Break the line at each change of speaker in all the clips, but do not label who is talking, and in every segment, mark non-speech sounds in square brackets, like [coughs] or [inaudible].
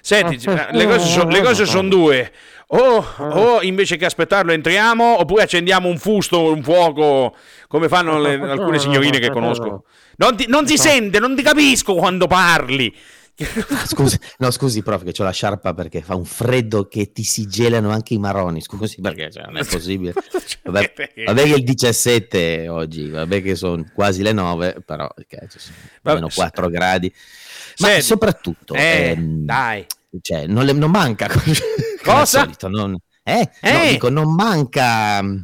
Senti, eh, le cose, so- le cose sono due. O, o invece che aspettarlo entriamo, oppure accendiamo un fusto, un fuoco, come fanno le- alcune signorine che conosco. Non ti, non ti sente, non ti capisco quando parli.
Ah, scusi, no, scusi, prof, che ho la sciarpa perché fa un freddo che ti si gelano anche i marroni. Scusi, perché cioè, non è possibile. [laughs]
[laughs]
Vabbè,
Eh,
vabbè che è il 17 oggi, vabbè che sono quasi le 9, però ok, ci sono
Vabbè,
meno
se-
4 gradi. Ma
Senti,
soprattutto,
eh,
ehm,
dai.
cioè, non, le- non manca [laughs] come al solito, non- eh,
Eh.
No, dico, non manca mm,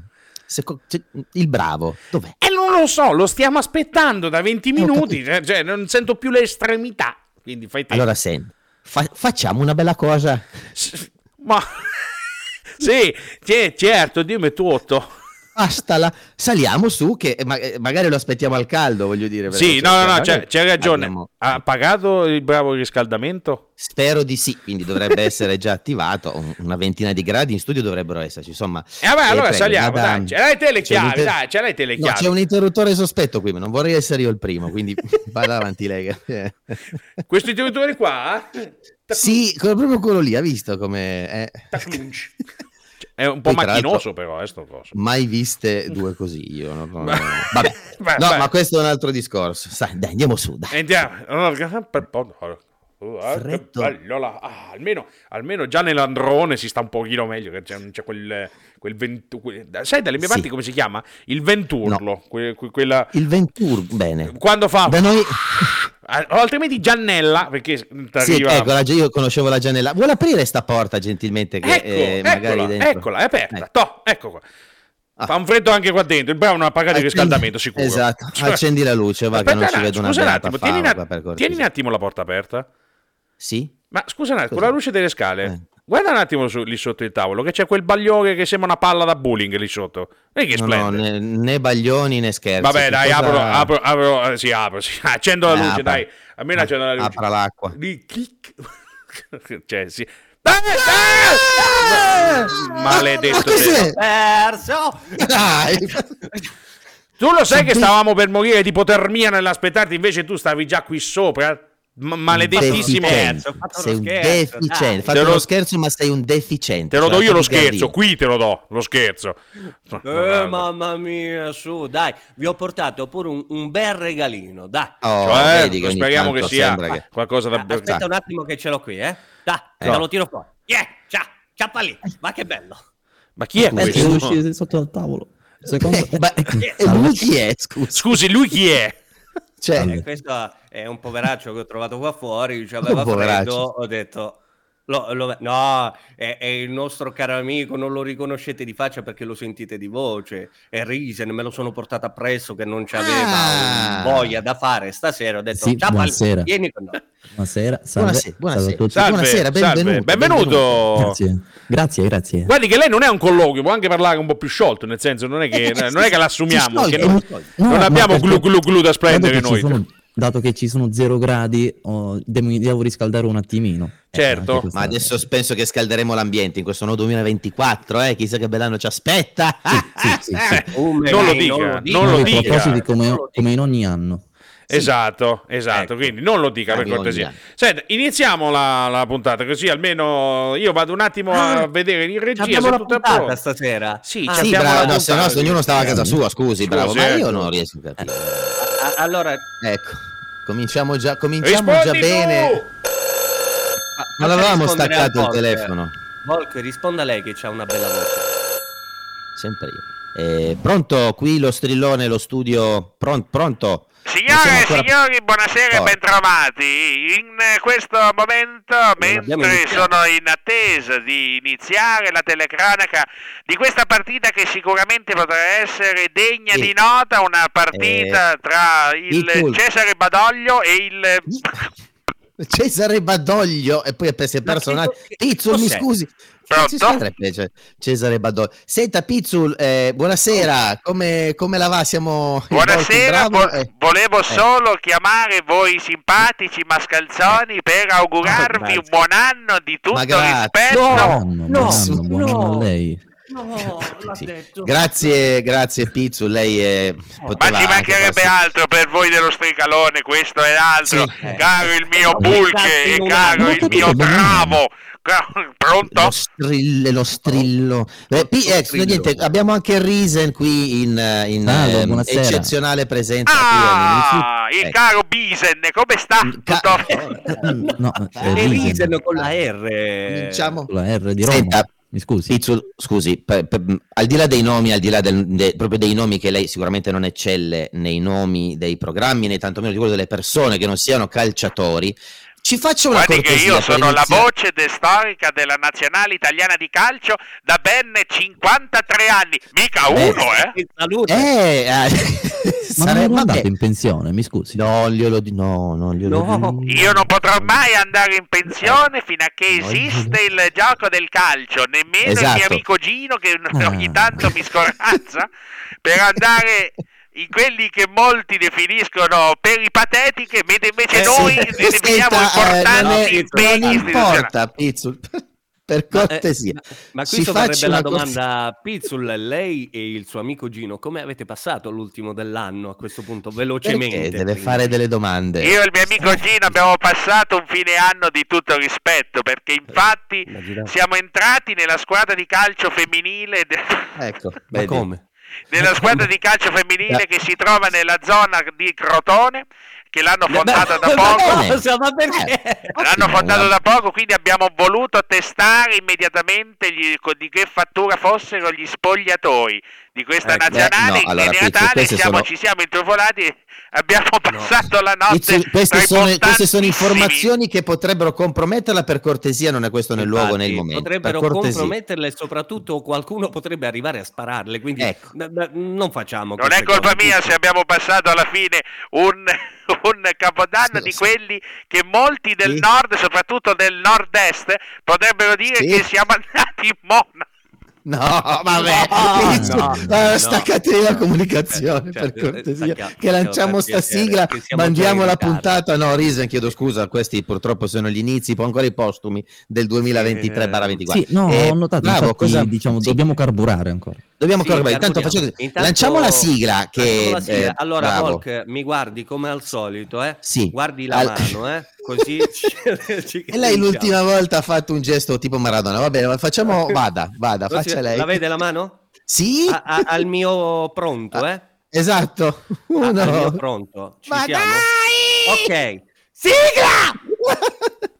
seco- cioè, il bravo. Dov'è?
E non lo so, lo stiamo aspettando da 20
ho
minuti, cioè, cioè, non sento più le estremità. Quindi fai te.
Allora, senti, fa- facciamo una bella cosa.
S- Ma [laughs] sì, sì, certo, dimmi tutto.
Basta, la- saliamo su che eh, ma- eh, magari lo aspettiamo al caldo, voglio dire. perché
Sì,
cioè,
no, no, no,
magari
c'è, c'è ragione. Ah.
abbiamo-
Ha pagato il bravo riscaldamento?
Spero di sì, quindi dovrebbe essere già attivato un- una ventina di gradi in studio dovrebbero esserci, insomma.
E vabbè,
eh,
allora
prego,
saliamo,
vada-
dai, ce l'hai te le
c'è un
chiavi,
inter-
dai, ce l'hai te le
No,
chiavi.
c'è un interruttore sospetto qui, ma non vorrei essere io il primo, quindi [laughs] vada avanti lei. eh.
Questi genitori qua? eh,
[laughs] sì, quello- proprio quello lì, ha visto come... eh,
[laughs] taclunci. Cioè, È un po'
Poi, tra l'altro-
macchinoso però, eh, sto coso.
mai viste due così io. no?
Ma-
Vabbè,
[laughs] Beh,
no,
beh.
ma questo è un altro discorso. Sai, dai, andiamo su, dai.
Andiamo. Allora, per- Ah, che
Freddo.
bello là. Ah, almeno, almeno già nell'androne si sta un pochino meglio. Che c'è, non c'è quel, quel ventu- quel- sai dalle mie
Sì.
parti come si chiama? Il venturlo. que- que- quella-
Il Ventur, bene.
quando fa.
Da noi...
[laughs] Ah, o altrimenti Giannella, perché mm,
Sì,
arriva.
ecco, la- io conoscevo la Gianella. Vuole aprire sta porta gentilmente? Che
Ecco,
eh, magari
eccola,
dentro-
eccola, è aperta.
Ecco.
Toh, ecco qua.
Ah.
Fa un freddo anche qua dentro. Il bravo non ha pagato il
Accendi-
riscaldamento, sicuro. [laughs]
Esatto,
Cioè-
accendi la luce, va
Aspetta
che non
un
si vede
attimo,
una
scusa un
beata
attimo,
fava,
tieni, un att-
per cortesia.
tieni un attimo la porta aperta.
Sì?
Ma scusa un attimo,
Cosa?
con la luce delle scale.
Eh.
Guarda un attimo su- lì sotto il tavolo, che c'è quel bagliore che sembra una palla da bowling lì sotto. E che
No,
splende.
no, né, né baglioni né scherzi.
Vabbè,
che
dai,
cosa-
apro, apro, apro, eh, sì, apro, sì. [laughs] accendo la
Eh,
luce,
apra.
dai. Almeno accendo la luce.
Apra l'acqua.
Lì, clic. [laughs] cioè, sì. Dai, dai! Ma-
Ah! Ma
Maledetto te.
cos'è?
Perso!
[laughs] Dai!
Tu lo sai che
Sì.
stavamo per morire di ipotermia nell'aspettarti, invece tu stavi già qui sopra. M- maledettissimo.
Deficiente.
Ho fatto uno
Sei un
scherzo,
deficiente.
dai.
Fate
Te lo-
uno scherzo, ma sei un deficiente.
Eh, Te lo
Cioè,
do io lo
proprio
scherzo,
gardino.
qui te lo do lo scherzo.
Eh, mamma mia, su, dai, vi ho portato pure un, un bel regalino, dai.
Oh,
Cioè,
vedi che ogni
speriamo che
tanto
sia Ah.
sembra che-
qualcosa da
Aspetta un attimo che ce l'ho qui, eh. Dai, te lo tiro fuori. Yeah, ciao, ciao lì, ma che bello.
Ma chi è
Scusi.
Eh, devo
questo?
uscire sotto dal tavolo.
[laughs]
Secondo
Eh, ma- e lui chi è? Scusa.
Scusi, lui chi è?
Cioè,
Eh, questo è un poveraccio che ho trovato qua fuori, cioè, aveva
Un poveraccio.
freddo, ho detto... lo- lo- no, è, è il nostro caro amico, non lo riconoscete di faccia perché lo sentite di voce. È Risen, me lo sono portata appresso che non c'aveva
Ah.
un- voglia da fare stasera. Ho detto,
Sì,
ciao, Palli,
buonasera."
vieni con noi.
Buonasera, salve,
buonasera, buonasera.
salve a tutti.
Salve,
buonasera,
salve,
benvenuto.
benvenuto.
Grazie, grazie, grazie.
Guardi che lei non è un colloquio, può anche parlare un po' più sciolto, nel senso non è che,
Eh,
non è che
si- si
l'assumiamo,
scioglie,
che non,
si scioglie.
Eh, No,
non
ma
abbiamo
perché-
glu glu glu da
dato
splendere
che ci
noi.
sono- dato che ci sono zero gradi, oh, devo, devo riscaldare un attimino. Eh,
Certo.
anche questa-
Ma adesso penso che scalderemo l'ambiente in questo nuovo 2024, eh? Chissà che bell'anno ci aspetta. [laughs]
Sì, sì, sì, sì.
Oh,
Eh,
me-
non lo
eh,
dica, non
No,
lo
a
dica.
proposito, come,
Non lo dica.
come in ogni anno.
Esatto, esatto,
Ecco.
quindi non lo dica per
Arrivo
cortesia.
via.
Senta, iniziamo la, la puntata così almeno io vado un attimo a
Ah,
vedere in regia
Abbiamo
se
la
tutto è
puntata
pronto.
stasera.
Sì,
Ah,
ci
sì,
abbiamo la
bravo, no, se
puntata.
no se ognuno stava a casa sua, scusi,
Scusi,
bravo, ma io
ecco.
non riesco a capire.
Eh. a- allora,
Ecco, cominciamo già, cominciamo
Rispondi
già
tu!
bene. Non
ma- faccia
avevamo
rispondere al
staccato il
Volker.
telefono,
Volker, risponda lei che ha una bella voce.
sempre io. Eh, pronto, qui lo strillone, lo studio, pron- pronto? Non siamo
Signore e
ancora-
signori, buonasera e
Oh.
bentrovati. In eh, questo momento,
abbiamo
mentre
iniziato.
sono in attesa di iniziare la telecronaca di questa partita che sicuramente potrà essere degna
Sì.
di nota, una partita tra il
il Pul-
Cesare Badoglio e il...
Cesare Badoglio e poi si è
Ma
perso
chi-
un attimo.
chi-
Pizzul, mi
cos'è?
scusi.
Pronto?
Ci sarebbe, cioè, Cesare Badoglio. Senta Pizzul, eh, buonasera, come, come la va? Siamo
Buonasera,
Bravo,
vo-
eh.
volevo solo chiamare voi simpatici mascalzoni per augurarvi
grazie.
un buon anno di tutto
Eh, Ma grazie.
rispetto.
No,
Buon anno, buon
no,
anno, buon anno
no.
a lei.
No, l'ha
Sì.
detto.
Grazie, grazie Pizzu, lei è...
Ma
poteva
ci
anche
mancherebbe
farsi-
altro per voi dello stricalone, questo e l'altro.
Sì, eh.
Caro il mio Pulche e
Esatto,
caro
non
il
ho
mio
capito bene.
Travo. Ca- Pronto?
Lo strillo, lo strillo. Eh, P- eh,
strillo.
niente, abbiamo anche Risen qui in, eh, in,
Salve,
ehm,
buonasera.
eccezionale presenza. Eh,
Ah,
qui all'inizio.
il caro Bisen, come sta?
Il Mm, ca-
Tutto-
No,
Eh, diciamo-
E
eh, Risen,
Risen con la R.
Cominciamo.
con la R di Roma.
Senta,
Mi scusi.
Pizzu, scusi, per- per- al di là dei nomi, al di là del- de- proprio dei nomi che lei sicuramente non eccelle nei nomi dei programmi, né tantomeno di quello delle persone che non siano calciatori, ci faccia una
Guardi che
cortesia.
io
per
sono la
iniziare.
voce de- storica della nazionale italiana di calcio da ben 53 anni, mica
Beh,
uno, eh?
E Salute.
Eh, eh, [laughs]
Ma non
sare-
è mai
vabbè.
andato in pensione, mi scusi.
No, glielo di- no, non glielo
No.
dico.
Io non potrò mai andare in
Eh,
pensione fino a che esiste il gioco del calcio, nemmeno il mio
Esatto. Eh.
amico Gino che
Ah.
ogni tanto mi scorazza per andare in quelli che molti definiscono peripatetiche, mentre invece
Eh, [laughs]
noi
sì.
definiamo
Senta, eh, non
importanti
è-
impegni
non
istituzionali.
importa, Pizzu, per- per
Ma, eh,
cortesia.
ma- Ma qui
Si
sarebbe
faccia
la
una cor-
domanda Pizzul, lei e il suo amico Gino, come avete passato l'ultimo dell'anno a questo punto? Velocemente.
Perché deve
quindi.
fare delle domande.
Io e il mio amico Gino abbiamo passato un fine anno di tutto rispetto perché
Eh,
infatti
Immaginate.
siamo entrati nella squadra di calcio femminile de-
Ecco,
Ma
vedi.
come?
nella squadra di calcio femminile
Eh.
che si trova nella zona di Crotone, che l'hanno fondata da
Ma
poco.
cosa? Ma perché?
Eh.
L'hanno
ottimo,
fondata
guarda.
da poco, quindi abbiamo voluto testare immediatamente gli- co- di che fattura fossero gli spogliatoi di questa
Eh, beh,
nazionale.
no, allora,
e in
Pizzo,
Natale
queste
siamo-
sono-
ci siamo intrufolati e abbiamo passato la notte.
Pizzu, queste,
tra i
sono, queste sono
importantissimi.
informazioni che potrebbero comprometterla per cortesia, non è questo nel luogo né il
Infatti,
momento. Per
Potrebbero
cortesia.
comprometterle e soprattutto qualcuno potrebbe arrivare a spararle, quindi
Ecco.
beh, beh, non facciamo
Non è
queste
colpa
cose,
mia
Pizzul.
se abbiamo passato alla fine un, [laughs] un capodanno
Sì,
di
sì.
quelli che molti del
Sì.
nord, soprattutto del nord-est, potrebbero dire
Sì.
che siamo [laughs] andati in mona.
No, vabbè,
No,
Pizzu,
no,
eh,
no. Certo,
staccate la comunicazione per
Cioè, cioè,
cortesia.
stacchiamo,
che lanciamo
per
sta
piacere,
sigla,
che siamo già
mandiamo
in
la
ritardo.
puntata. No, Risen, chiedo scusa, questi purtroppo sono gli inizi, poi ancora i postumi del 2023-24.
Sì, no,
Eh,
ho notato,
bravo,
infatti,
cosa-
diciamo,
sì,
dobbiamo carburare ancora.
dobbiamo
Sì,
ancora- Intanto,
carburiamo.
facciamo-
Intanto-
lanciamo la sigla. Che,
Lanciamo la sigla.
eh,
Ecco, allora,
bravo.
Volk, mi guardi come al solito, eh?
Sì.
Guardi la
Al- [laughs]
mano, eh? Così [laughs] ci- ci
E lei
diciamo.
l'ultima volta ha fatto un gesto tipo Maradona. Va bene,
[laughs]
ma facciamo, vada, vada,
Così-
faccia lei.
La vede la mano?
Sì,
Ah,
A- a- al mio pronto, eh?
esatto.
A-
Ah,
[laughs] Uno.
Al mio pronto. Ci
Ma
siamo? Ok.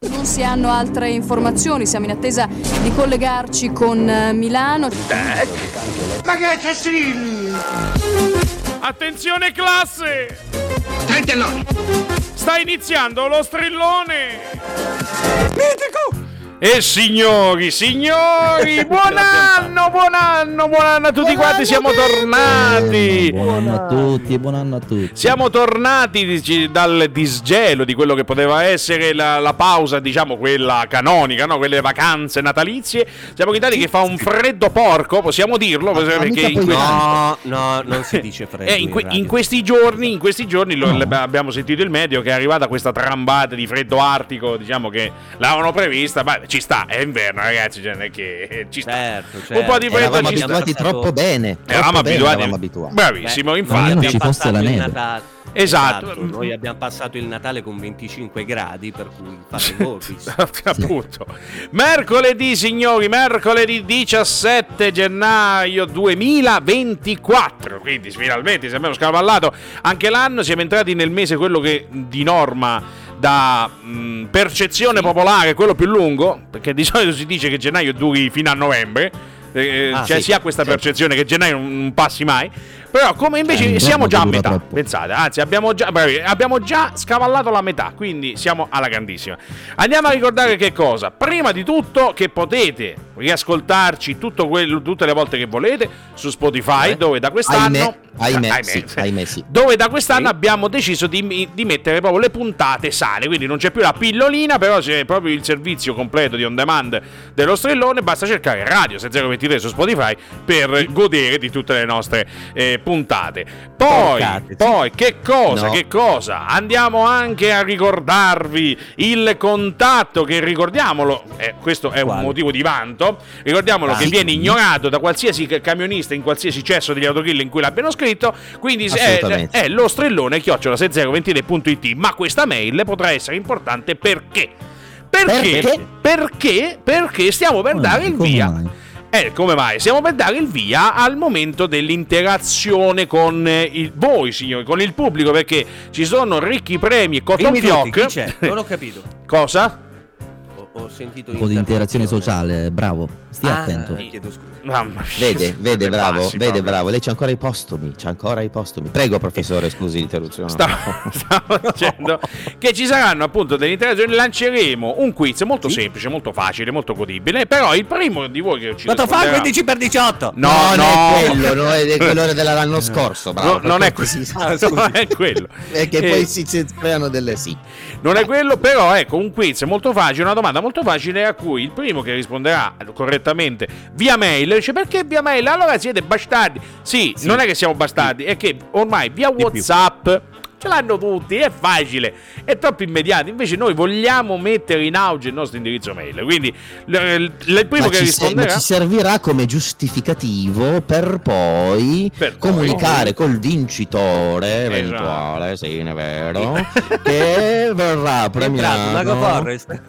Non si hanno altre informazioni, siamo in attesa di collegarci con eh, Milano.
Attenzione classe! Trentelloni! Sta iniziando lo strillone! Mitico! E signori, signori, buon anno, buon anno, buon anno a tutti quanti, siamo tornati!
Buon anno Eh, a tutti, buon anno a tutti.
Siamo tornati dici, dal disgelo di quello che poteva essere la, la pausa, diciamo quella canonica, no? quelle vacanze natalizie. Siamo in Italia che fa un freddo porco, possiamo dirlo, perché
mica
in
puoi
que-
No, no, non si dice freddo.
eh, in, que-
in
in
radio.
questi giorni, in questi giorni lo- le- abbiamo sentito il medio che è arrivata questa trambata di freddo artico, diciamo che l'avevano prevista, ma ci sta, è inverno ragazzi, cioè, non è che eh, ci sta.
Certo,
Un po'
certo.
di freddo
Eh, Eravamo
ci sta.
abituati
passato-
troppo bene. Troppo
Eravamo
bene
abituati.
eravamo abituati.
Bravissimo,
Beh,
infatti.
non
abbiamo
ci fosse
passato
la
il
neve.
Natale-
Esatto.
Noi abbiamo passato il Natale con 25 gradi, per cui fate voi.
[laughs] Appunto. Mercoledì, signori, mercoledì 17 gennaio 2024. Quindi finalmente ci abbiamo scavallato anche l'anno. Siamo entrati nel mese quello che di norma da mh, percezione popolare è quello più lungo, perché di solito si dice che gennaio duri fino a novembre. eh,
Ah,
cioè
sì.
si ha questa percezione che gennaio non non passi mai però come invece
Eh,
siamo
inverno
già a
dura
metà
troppo.
pensate anzi abbiamo già, bravi, abbiamo già scavallato la metà quindi siamo alla grandissima Andiamo a ricordare che cosa? Prima di tutto che potete riascoltarci tutto quello- tutte le volte che volete su Spotify,
Eh?
dove da quest'anno... Ah,
Ahimè,
[laughs]
ahimè, sì, ahimè sì.
Dove da quest'anno abbiamo deciso di, di mettere proprio le puntate sane, quindi non c'è più la pillolina, però c'è proprio il servizio completo di on demand dello strellone, basta cercare Radio 6023 su Spotify per godere di tutte le nostre eh, puntate. Poi,
Porcate, sì.
poi, che cosa,
No.
che cosa? Andiamo anche a ricordarvi il contatto che ricordiamolo, eh, questo è un
Quale? Ah,
motivo di vanto, Giusto? Ricordiamolo che viene ignorato da qualsiasi ca- camionista in qualsiasi cesso degli autogrill in cui l'abbiano scritto. Quindi se- è,
Assolutamente.
è lo strellone chiocciola 6023.it. Ma questa mail potrà essere importante perché? Perché? Perché?
Perché? Ah,
Perché, stiamo per dare il
come
via.
mai?
Eh, come mai? Stiamo per dare il via al momento dell'interazione con eh, il- voi, signori, con il pubblico, perché ci sono ricchi premi e cotton
Dimmi tutti,
fioc.
chi
[laughs]
c'è? Non ho capito.
Cosa?
Ho, ho sentito
Un po' di interazione sociale, bravo. Stia
Ah,
attento.
chiedo scusa.
Mamma mia.
Vede, vede,
Siete
bravo,
pazzi,
vede,
proprio.
bravo. Lei c'ha ancora i postumi, c'ha ancora i postumi. Prego, professore, scusi l'interruzione.
Stavo, [laughs] stavo dicendo che ci saranno appunto delle interazioni. Lanceremo un quiz molto semplice, molto facile, molto godibile. Però il primo di voi che ci
Quanto fa
risponderà-
15 per 18?
No,
No,
no,
non è quello,
[laughs]
no, è quello dell'anno scorso, bravo.
No, non è
perché
quello.
si-
[laughs]
Ah, scusi.
Non è
[laughs]
quello.
Perché
Eh,
poi si, si creano delle sì.
Non è quello, però ecco un quiz molto facile, una domanda molto facile a cui il primo che risponderà correttamente via mail dice perché via mail? Allora siete bastardi. Sì, non è che siamo bastardi, è che ormai via
più.
WhatsApp ce l'hanno tutti, è facile, è troppo immediato. Invece noi vogliamo mettere in auge il nostro indirizzo mail. Quindi l- l- il primo
Ma
che
ci, se- ma
risponderà
ci servirà come giustificativo per poi
Per poi.
comunicare col vincitore
Esatto.
eventuale, sì, è vero, che verrà
Entrato, Mago
premiato.
Forrest.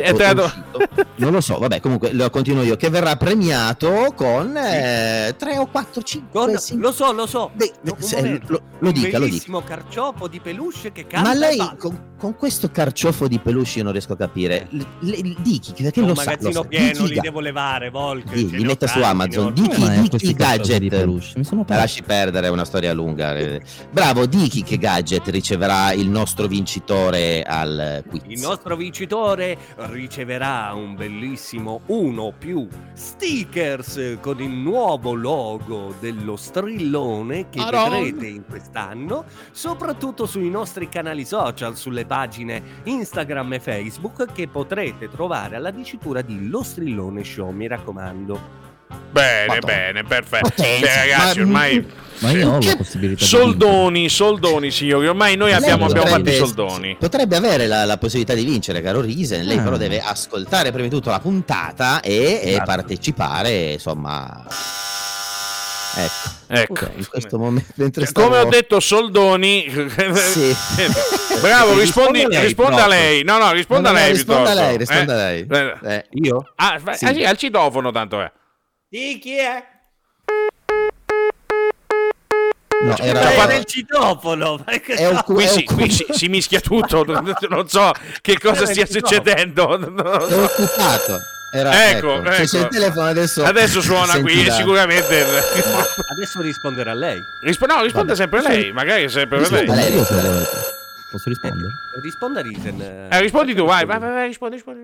è entrato-
o uscito. Non lo so, vabbè, comunque lo continuo io. Che verrà premiato con 3 o 4, 5.
Con- lo so, lo so.
Beh,
No, un
se-
momento.
lo- lo
Un
dica, lo
bellissimo carciofo di peluche che canta.
Ma lei
e balla.
con, con questo carciofo di peluche io non riesco a capire. Le, le- dichi perché
Ho un
lo sa,
magazzino
lo sa.
pieno,
Dichi
li
ga-
devo levare, Volk.
Sì,
ce
li
li ho
metta su
tanti,
Amazon.
no?
Dichi,
Come mai
dichi
questi
i
cartoni di
gadget.
peluche? Mi sono
La
perso.
lasci perdere, è una storia lunga. eh. Bravo, dichi che gadget riceverà il nostro vincitore al quiz.
Il nostro vincitore riceverà un bellissimo uno più stickers con il nuovo logo dello strillone che vedrete in quest'anno, soprattutto sui nostri canali social, sulle pagine Instagram e Facebook che potrete trovare alla dicitura di Lo Strillone Show, mi raccomando.
Bene,
Madonna.
bene, perfetto. Beh,
Potenza,
ragazzi,
ma-
ormai
Ma io ho la possibilità di vincere.
soldoni, soldoni, signori, ormai noi
Lei
abbiamo, abbiamo fatto i
potrebbe-
soldoni.
Potrebbe avere la, la possibilità di vincere, caro Risen. Lei
Ah.
però deve ascoltare prima di tutto la puntata e, e
Esatto.
partecipare, insomma. Ecco,
[laughs] Ecco.
in questo momento. mentre
Cioè, come ho
stavo-
detto, soldoni.
Sì.
[laughs] Bravo,
[laughs] Risponda
rispondi,
lei,
risponda
proprio.
lei. No, no, risponda
No, no,
lei.
risponda
piuttosto.
lei, risponda
Eh?
lei.
Eh.
Eh,
Io?
Ah, fa-
Sì.
ah, sì, al citofono tanto eh. è.
Sì, chi è?
no, era-
Ci ho fatto-
è il citofono! ma che
è un
so-
cu-
Cioè, eh. Qui,
è un
si,
cu-
qui si- si mischia tutto. [laughs] Non non so che cosa
Eh,
stia
il citofono.
succedendo.
è occupato. Era,
Ecco,
ecco, Cioè,
ecco.
se il telefono adesso. [laughs]
Adesso suona
senti
qui,
la-
sicuramente.
Adesso risponderà lei.
[laughs] Rispo- no, risponda
Vabbè.
sempre lei. Magari è sempre per
Risponda
lei.
lei.
Rispondo io se volete. Posso rispondere?
Risponda Risen. eh.
Eh, rispondi tu, vai, vai, vai, vai, rispondi, rispondi.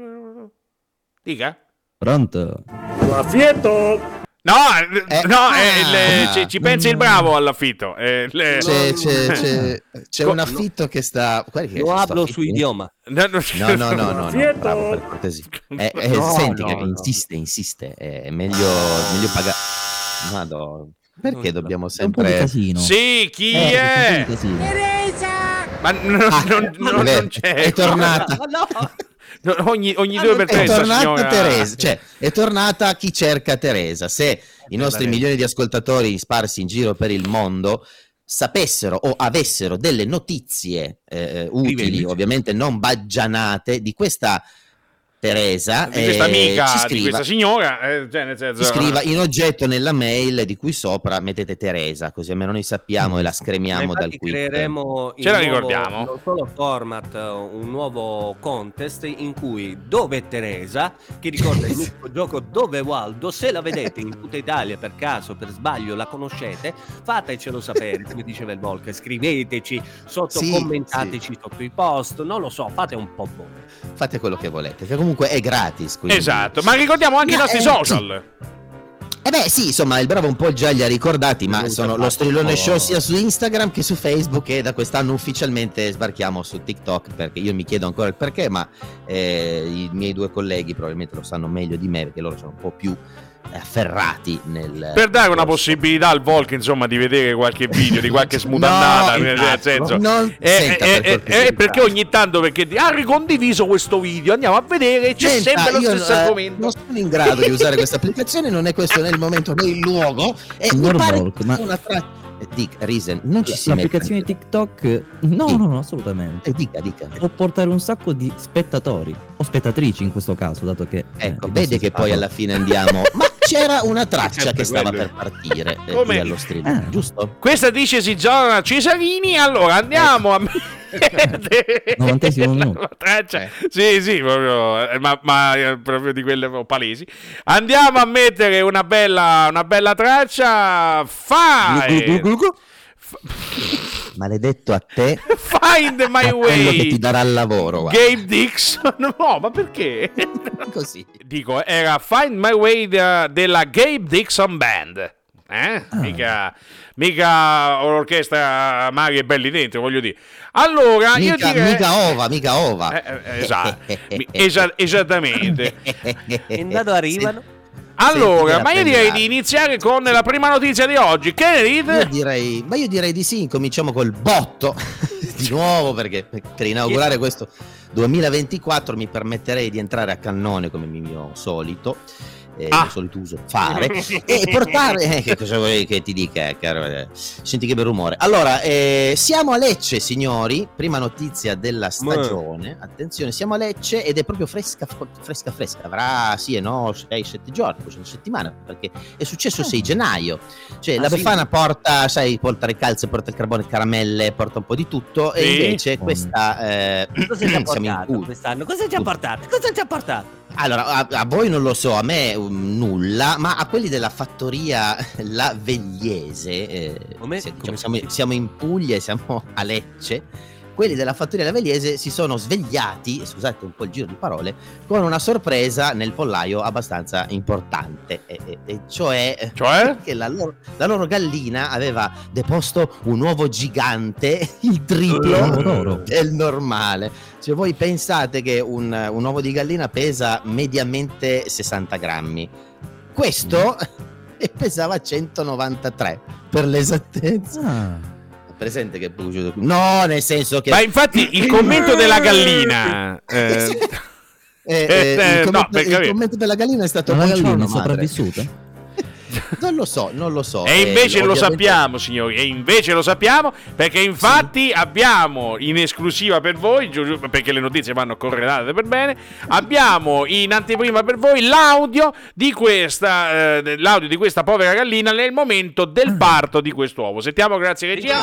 Dica.
Pronto?
No, eh,
Eh,
no,
ah.
eh, le- ci, ci pensa il bravo all'affitto. eh, le-
C'è, c'è, c'è, c'è
Co-
un affitto che Eh, sta. guardi che
Lo
sto
hablo
affitto-
su idioma.
No, no,
No, no, no, no, no, bravo, per cortesia. Eh, eh,
No,
senti
no,
che
no.
insiste, insiste, eh, è meglio, meglio pagare. Madonna, perché dobbiamo
È un po' di
sempre...
casino.
Sì, chi
Eh, è
è?
un po' di casino.
Ma n- non, non- non-
Beh,
non c'è.
Ah, È tornata,
Ma no!
No, ogni, ogni
Ah,
due per
è
tre,
tornata
signora. eh,
Teresa, cioè è tornata chi cerca Teresa. Se i nostri milioni di ascoltatori sparsi in giro per il mondo sapessero o avessero delle notizie eh, utili,
Rivelici.
ovviamente non baggianate, di questa Teresa,
Di questa
eh,
amica,
ci
di
scriva,
questa signora. eh, cioè, nel senso,
Ci scriva in oggetto nella mail di cui sopra mettete Teresa, così almeno noi sappiamo e la
Esatto.
scremiamo
Ma
dal
infatti
qui.
creeremo il
Ce la
nuovo-
ricordiamo.
non solo format, un nuovo contest in cui Dove Teresa, che ricorda
[laughs]
il mitico gioco Dove Waldo, se la vedete in tutta Italia per caso, per sbaglio, la conoscete, fatecelo sapere, come diceva il Volk, scriveteci sotto,
Sì,
commentateci sotto i post, non lo so, fate un po' voi.
Fate quello che volete, che comunque è gratis. quindi-
Esatto, ma ricordiamo anche i
No,
nostri
eh,
social.
Eh beh sì, insomma, il bravo un po' già li ha ricordati, ma
Giusto,
sono lo
infatti,
strillone
oh.
show sia su Instagram che su Facebook e da quest'anno ufficialmente sbarchiamo su TikTok perché io mi chiedo ancora il perché, ma eh, i miei due colleghi probabilmente lo sanno meglio di me perché loro sono un po' più afferrati nel
per dare una possibilità al Volk insomma di vedere qualche video di qualche smutannata
[laughs] No,
nel
esatto.
senso
Non
eh,
senta
eh,
per
eh,
cortesia.
eh, perché ogni tanto perché di- ha ricondiviso questo video andiamo a vedere c'è
Senta,
sempre lo
io,
stesso
eh,
argomento
non sono in grado di
[laughs]
usare questa applicazione non è questo né il momento né il luogo e
Signor
mi pare
Volk,
che
ma-
una tra- eh, Dick Risen non ci si
L'applicazione
mette
TikTok? No,
Sì.
no, no, assolutamente.
Eh, dica dica
Può portare un sacco di spettatori, o spettatrici in questo caso, dato che... eh,
ecco
il
vede
nostro
che poi
spettacolo-
alla fine [laughs] andiamo ma c'era una traccia
Sempre
che stava
quello.
per partire eh,
Certo, Come?
lì allo streaming
Ah.
giusto?
questa dice si gioca Cesarini allora andiamo a [laughs]
Novantesimo minuto.
La traccia.
Eh.
sì sì proprio, eh, ma, ma, eh, proprio di quelle proprio palesi andiamo a mettere una bella una bella traccia fai
maledetto a te
[laughs] Find my
a [laughs] quello che
way
ti darà il lavoro guarda.
Gabe Dixon? [laughs] No, ma perché?
così
Dico, era Find My Way de- della Gabe Dixon Band. Eh?
Ah.
Mica, mica un'orchestra Mario e Belli dentro, voglio dire. Allora, io
mica,
direi...
mica ova mica ova
Eh, eh, esatto, Mi- esa- [laughs] esattamente.
E dato arrivano.
Allora, ma io direi di
di
iniziare con la prima notizia di oggi. Che ne
Io
dite?
direi, ma io direi di sì, incominciamo col botto di nuovo perché per inaugurare questo 2024 mi permetterei di entrare a cannone come mio solito. Eh,
Ah.
mio solito uso fare e portare eh, che cosa vuoi che ti dica eh, caro Eh, senti che bel rumore allora eh, siamo a Lecce signori prima notizia della stagione attenzione siamo a Lecce ed è proprio fresca fresca fresca avrà sì e no 6-7 giorni forse una settimana perché è successo il 6 gennaio cioè,
Ah,
la
sì?
Befana porta, sai, porta le calze, porta il carbone, caramelle, porta un po' di tutto. E
Sì.
invece questa. eh, [clears throat]
Mm. Cosa ci
siamo
ha
in
portato
cui.
quest'anno? Cosa ci ha portato? Cosa ci ha portato?
Allora, a, a voi non lo so, a me um, nulla, ma a quelli della fattoria [laughs] La Vegliese, eh,
Come?
se- diciamo,
Come si
siamo,
dice?
siamo in Puglia e siamo [laughs] a Lecce, quelli della fattoria La Vegliese si sono svegliati, scusate un po' il giro di parole, con una sorpresa nel pollaio abbastanza importante, e, e- e cioè eh,
Cioè?
che la loro, la loro gallina aveva deposto un uovo gigante, il
Uovo
Eh,
triplo
d'oro.
del normale. Cioè, voi pensate che un, un uovo di gallina pesa mediamente 60 grammi. Questo
Mm.
[laughs] pesava 193 per l'esattezza.
Ah.
Presente che No, nel senso che. [laughs]
Ma infatti il commento della gallina...
Sì.
eh,
Eh,
eh,
eh,
no,
il, commento,
per
il
capire.
commento della gallina è stato una
Ma la gallina
gallina
è
madre.
sopravvissuta?
Non lo so, non lo so.
E
Eh,
invece lo
ovviamente-
sappiamo, signori, e invece lo sappiamo perché infatti abbiamo in esclusiva per voi, giu- giu- perché le notizie vanno correlate per bene, abbiamo in anteprima per voi l'audio di questa, eh, l'audio di questa povera gallina nel momento del parto di quest'uovo. Sentiamo, grazie regia.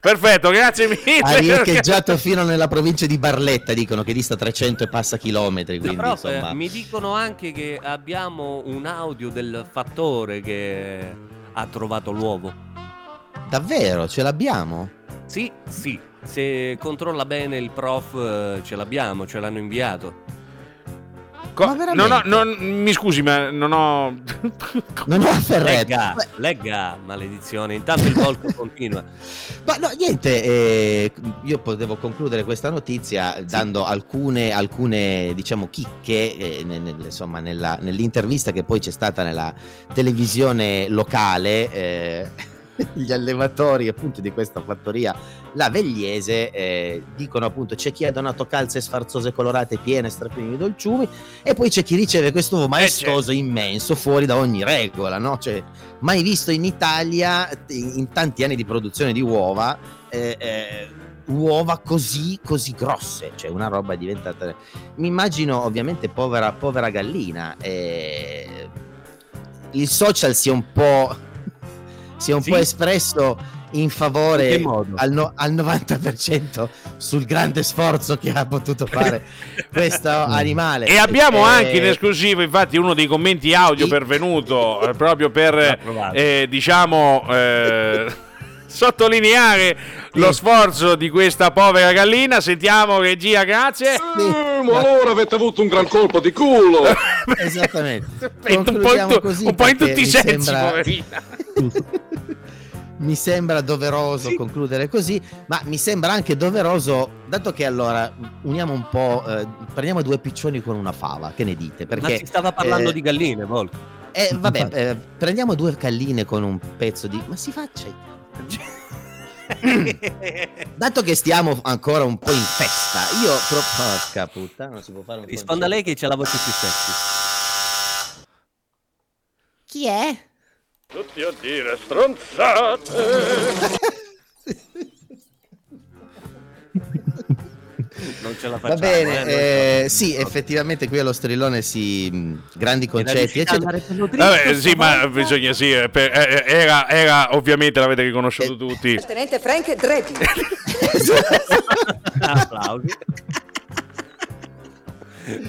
Perfetto, grazie mille.
Cioè,
Ha riecheggiato fino nella provincia di Barletta, dicono che dista 300 e passa chilometri, quindi
Però, eh,
insomma.
mi dicono anche che abbiamo un audio del fattore che ha trovato l'uovo.
Davvero, ce l'abbiamo?
Sì, sì. Se controlla bene il prof, eh, ce l'abbiamo, ce l'hanno inviato.
Co-
Ma veramente?
non ho- non- mi scusi, ma non ho...
Non ho afferretto.
Legga,
Ma-
legga, maledizione. Intanto il volco continua.
Ma no, niente, eh, io potevo concludere questa notizia dando alcune, alcune diciamo, chicche eh, ne- nel- insomma, nella- nell'intervista che poi c'è stata nella televisione locale. eh, [laughs] gli allevatori appunto di questa fattoria la Vegliese eh, dicono appunto c'è chi ha donato calze sfarzose colorate piene strappini di dolciumi e poi c'è chi riceve questo uovo maestoso immenso fuori da ogni regola no? Cioè, mai visto in Italia in, in tanti anni di produzione di uova eh, eh, uova così così grosse cioè una roba diventata mi immagino ovviamente povera, povera gallina eh, il social si è un po' si è un
Sì.
po' espresso in favore
In che modo?
al, no- al 90% sul grande sforzo che ha potuto fare questo animale
E abbiamo
Eh,
anche in esclusiva, infatti, uno dei commenti audio
Sì.
pervenuto eh, proprio per,
Approvato.
eh, diciamo, eh, [laughs] sottolineare lo sforzo di questa povera gallina. Sentiamo, regia, grazie.
sì,
Ma allora avete avuto un gran colpo di culo!
[laughs]
esattamente
Un po' in,
Concludiamo
tu-
così
un po' in
perché
tutti i
mi
sensi,
sembra-
poverina.
[laughs] mi sembra doveroso concludere così, ma mi sembra anche doveroso, dato che allora uniamo un po', eh, prendiamo due piccioni con una fava, che ne dite?
Ma
Perché
si stava parlando
eh,
di galline, Volker.
eh, vabbè, eh, prendiamo due calline con un pezzo di... Ma si faccia...
[laughs]
Dato che stiamo ancora un po' in festa, io... Pro... Porca puttana, non si può fare un
Risponda
concerto.
lei che c'ha la voce più sexy.
Chi è?
Tutti a dire stronzate.
[laughs]
Non ce la
Va
facciamo.
bene, eh,
eh, noi-
sì, effettivamente qui allo strillone si... mh, grandi concetti, eccetera.
Vabbè, sì, ma bisogna sì, eh, per- eh, era, era ovviamente l'avete riconosciuto
Eh.
tutti.
Tenente Frank Dredi.
[laughs] Applausi.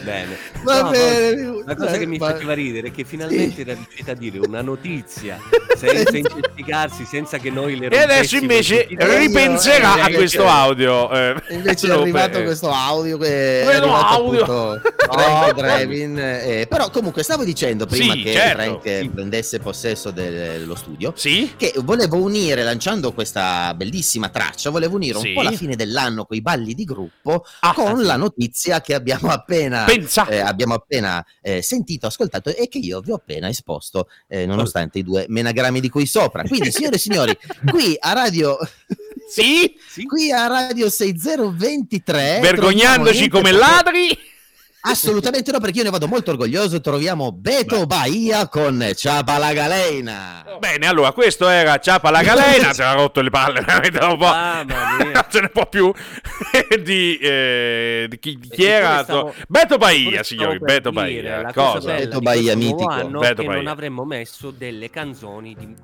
Bene.
Va
No,
bene, mi-
La cosa che mi
ma-
faceva ridere è che finalmente
Sì.
era riuscita a dire una notizia
[laughs]
senza incerticarsi, senza che noi le
E adesso
rompessimo
invece
tutti i denti.
ripenserà a questo audio. eh. [laughs]
Invece è
No,
arrivato
beh,
questo audio che è
Quello
arrivato
audio.
appunto Frank Drevin. eh, però comunque stavo dicendo prima
Sì,
che
certo.
Frank eh,
Sì.
prendesse possesso dello studio
Sì?
che volevo unire lanciando questa bellissima traccia, volevo unire
Sì.
un po' la fine dell'anno con i balli di gruppo
Ah,
con la notizia che abbiamo appena
Pensa.
eh, abbiamo appena eh, sentito, ascoltato e che io vi ho appena esposto, eh, nonostante i due menagrammi di qui sopra.
[laughs]
Quindi, signore e signori, qui a Radio
Sì?
eh,
Sì?
qui a Radio 6023.
Vergognandoci
troviamo
come
niente perché-
ladri?
Assolutamente no, perché io ne vado molto orgoglioso. Troviamo Beto Bahia con Ciapalagalena.
Bene, allora, questo era Ciapa la Galena, si era rotto le palle, [laughs] veramente da un po'.
Mamma
[laughs]
mia.
Non ce ne può più di, eh, di chi, di chi
E
era.
stavo-
Beto
Oppure
Bahia,
stavo
signori,
per
Beto
dire,
Bahia.
la
Cosa?
bella
Beto
di
Bahia
questo nuovo
mitico.
anno
Beto
che non
Bahia.
avremmo messo delle canzoni di...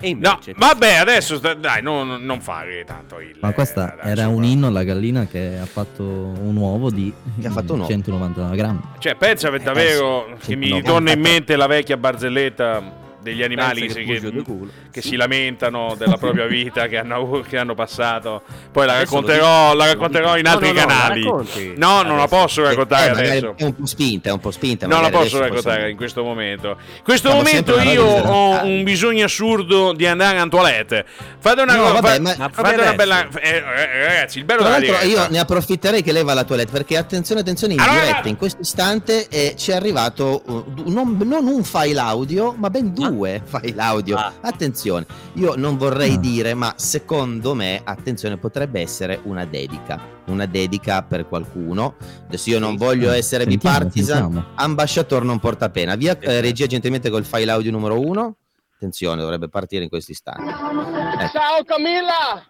E
No,
invece...
vabbè, adesso sta- dai, non, non fare tanto il.
Ma questa
eh,
era
insomma.
un inno alla gallina che ha fatto un uovo di
Che ha fatto un uovo.
199 grammi.
Cioè, pensa per davvero che mi
no.
torna in mente la vecchia barzelletta degli
pensa
animali che,
bugio di
che-
culo.
che si lamentano della propria vita che hanno, che hanno passato. Poi la
Adesso lo
racconterò,
dici.
la racconterò in
No,
altri
no, no, la
canali.
racconti.
No, non la
Adesso.
posso raccontare
Eh, magari
adesso.
È un po' spinta, è un po' spinta.
Non la
magari
posso
adesso
raccontare
possiamo-
in questo momento. In questo
Stiamo
momento
sempre
io
alla radio
ho
della-
un bisogno assurdo di andare in toilette. Fate una
No,
cosa.
vabbè,
fa-
ma-
Ma
fate una
adesso.
bella. eh, eh, ragazzi, il bello
Tra
della
l'altro, io
diretta.
ne approfitterei che leva la toilette perché attenzione, attenzione, in
Allora-
diretta in questo istante eh, ci è arrivato uh, du- non, non un file audio, ma ben due [laughs] file audio.
Ah.
Attenzione, io non vorrei
Ah.
dire, ma secondo me, attenzione, potrebbe essere una dedica, una dedica per qualcuno. Adesso io non voglio essere
Ah, Sentiamo,
bipartisan,
sentiamo.
ambasciatore non porta pena. Via eh,
Esatto.
regia gentilmente col file audio numero uno. Attenzione, dovrebbe partire in questo istante.
Eh. Ciao Camilla,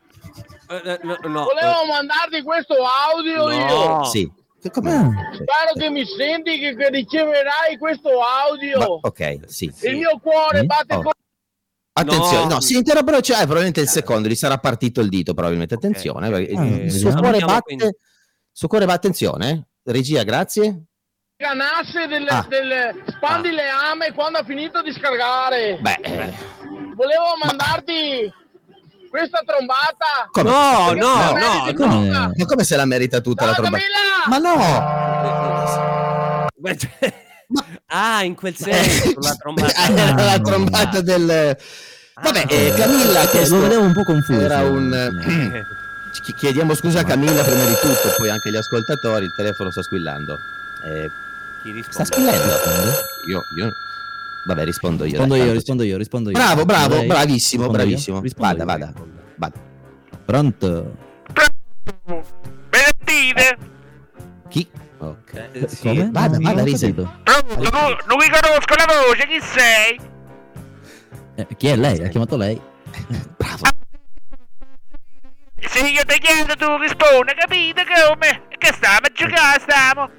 Eh, no, no,
volevo mandarti questo audio
eh,
io.
no.
Sì. Che- come-
Ah.
Spero che mi senti che, che riceverai questo audio.
Ma- ok, sì.
Il mio cuore
Mm?
batte
Oh.
con
Attenzione,
No.
no, si interromperà, cioè, probabilmente il secondo, gli sarà partito il dito, probabilmente. Attenzione, perché
Ah,
il suo
vediamo.
cuore
Vediamo,
batte,
quindi.
il suo cuore batte, attenzione. eh. Regia, grazie.
le canasse del,
Ah.
del spandileame quando ha finito di scaricare.
Beh, eh,
Volevo mandarti questa trombata.
come?
No,
Perché
no,
non
no,
meriti
no.
no.
nulla.
Ma come se la merita tutta
Ciao
la tromba?
Camilla!
Ma no!
[laughs] Beh, cioè- Ah, in quel
eh,
senso,
[laughs]
la trombata.
Era la
Ah,
trombata del... Vabbè, eh, Camilla ha
Eh,
chiesto...
lo vedevo un po' confuso.
Era un... [clears throat]
Eh,
Ci Chiediamo scusa a Camilla prima di tutto, poi anche agli ascoltatori, il telefono sta squillando. Eh,
Chi
sta
risponde?
squillando. Io, io... Vabbè, rispondo io.
Rispondo
dai,
io,
tanto-
rispondo io, rispondo io.
Bravo, bravo,
Lei?
bravissimo,
Rispondo io?
bravissimo.
Rispondo
Vada,
io.
vada, vada.
Pronto?
Benettine.
Chi? Ok.
Eh, sì.
Come?
Vada, vada,
Non- non ho
Rise.
capito.
Pronto, non, non riconosco la voce, chi sei?
Eh, chi è lei? Ha chiamato lei?
Bravo.
Se io ti chiedo tu rispondi, capite come? Che stiamo a giocare, stiamo?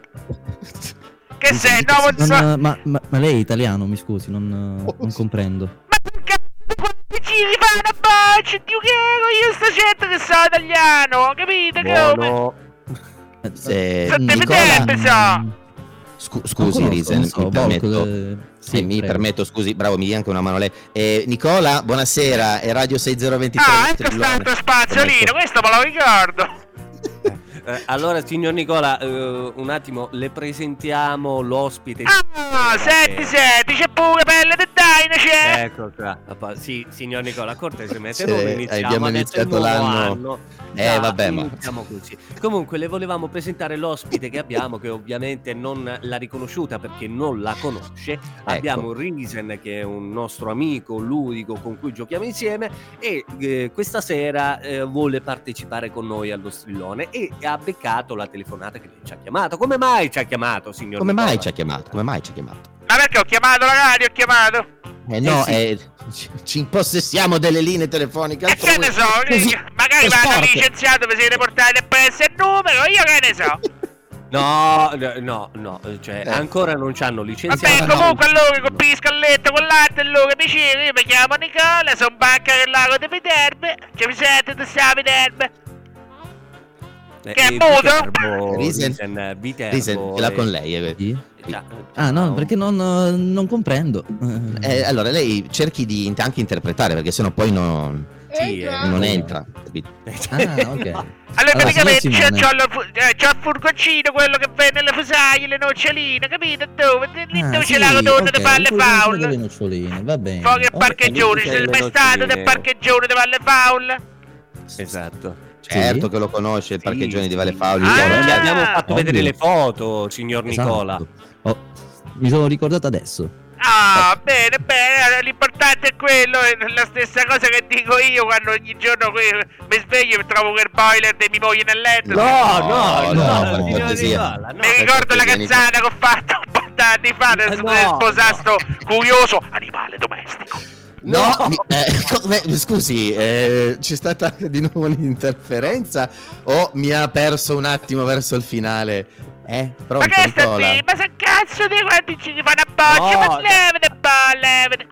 Che sei, no,
Non-
non so-
ma, ma- ma lei è italiano, mi scusi, non,
[laughs]
non comprendo.
Ma che cazzo quanti giri fa una voce? Dio chiaro, io sto certo che sono italiano, capite come?
Buono.
Eh,
Sette
Nicola,
vedette, sa.
scu-
Ah, Non
scusi
conosco,
Rise,
non
mi
so, Volk,
permetto.
eh,
Sì, mi
prego.
permetto, scusi, bravo, mi dia anche una mano lei. Eh, Nicola, buonasera, è Radio 6023.
Ah, ecco
Strillone.
stato spazzolino, questo me lo ricordo.
Eh, allora, signor Nicola, eh, un attimo, le presentiamo l'ospite. di- eh.
Ah, senti, senti, Ah, c'è pure pelle di Zainace!
Ecco qua. La pa- Sì, signor Nicola, cortesemente
Sì,
noi iniziamo
abbiamo
adesso è il
iniziato
nuovo
l'anno.
anno.
Eh, vabbè, ma-
iniziamo così. Comunque le volevamo presentare l'ospite che abbiamo che ovviamente non l'ha riconosciuta perché non la conosce.
Ecco.
Abbiamo Risen che è un nostro amico ludico con cui giochiamo insieme e eh, questa sera eh, vuole partecipare con noi allo strillone e ha beccato la telefonata che ci ha chiamato. Come mai ci ha chiamato,
[laughs]
signor
Come mai
Nicola?
ci ha chiamato? Come mai ci ha chiamato?
Ma perché ho chiamato la radio, ho chiamato.
Eh no,
sì.
eh, ci- ci impossessiamo delle linee telefoniche.
E che
altrui.
Eh, ne so,
Così,
magari
per
vanno
sport.
licenziato, vi siete portati a PS il numero, io che ne so.
No, no, no, no, cioè
Eh.
ancora non ci hanno licenziato.
Vabbè,
no.
comunque allora con Piscalletto, con latte, allora mi dicevo, io mi chiamo Nicola, sono banca del lago di Viterbe, ci mi sente di sta Viterbe?
Eh,
che è
eh,
muto?
Viterbo,
Oh, Risen-
Risen, Viterbo,
Risen, ce l'ha
eh,
con lei. eh.
Sì?
già,
Ah no,
ciao.
perché non, eh, non comprendo.
Eh, allora, lei cerchi di int- anche interpretare, perché sennò poi non,
Sì, eh.
non
Ah.
entra. capito?
Eh,
Ah,
[laughs]
ok.
Allora,
Allora,
praticamente c'ho,
signor Simone.
c'ho, la fu- eh, c'ho il furgoncino, quello che vende le fusaglie, le noccioline, capito? Dove, lì
Ah,
dove
sì,
c'è la rotonda
ok,
di Valle
un
Faul?
delle noccioline, va bene. Oh, eh,
Poi che
Ok,
parcheggione,
lì
ci
c'è
sei
le
mai stato del
noccioline.
parcheggione di Valle Faul?
[laughs] Esatto.
Certo che lo conosce, il
Sì,
parcheggione di Valle
sì.
Fauli.
Ah,
Ora,
Gli
cioè,
abbiamo fatto
Ovvio.
vedere le foto, signor
esatto.
Nicola.
Oh, mi sono ricordato adesso.
Ah, bene, bene, allora, l'importante è quello, è la stessa cosa che dico io quando ogni giorno que- mi sveglio e trovo quel boiler di mia moglie nel letto.
No, no, per
signor
cortesia.
Nicola, no.
Mi ricordo la
perché vieni-
cazzata che ho fatto [laughs] 80 anni fa del
Eh, no,
del sposastro curioso animale domestico.
No,
No.
mi- eh, [laughs] come- scusi, eh, c'è stata di nuovo [laughs] un'interferenza o mi ha perso un attimo verso il finale? Eh,
ma
pronto
che sta
Nicola?
qui? Ma se cazzo di quanti ci fanno a boccia?
No,
ma levate, boh, levate.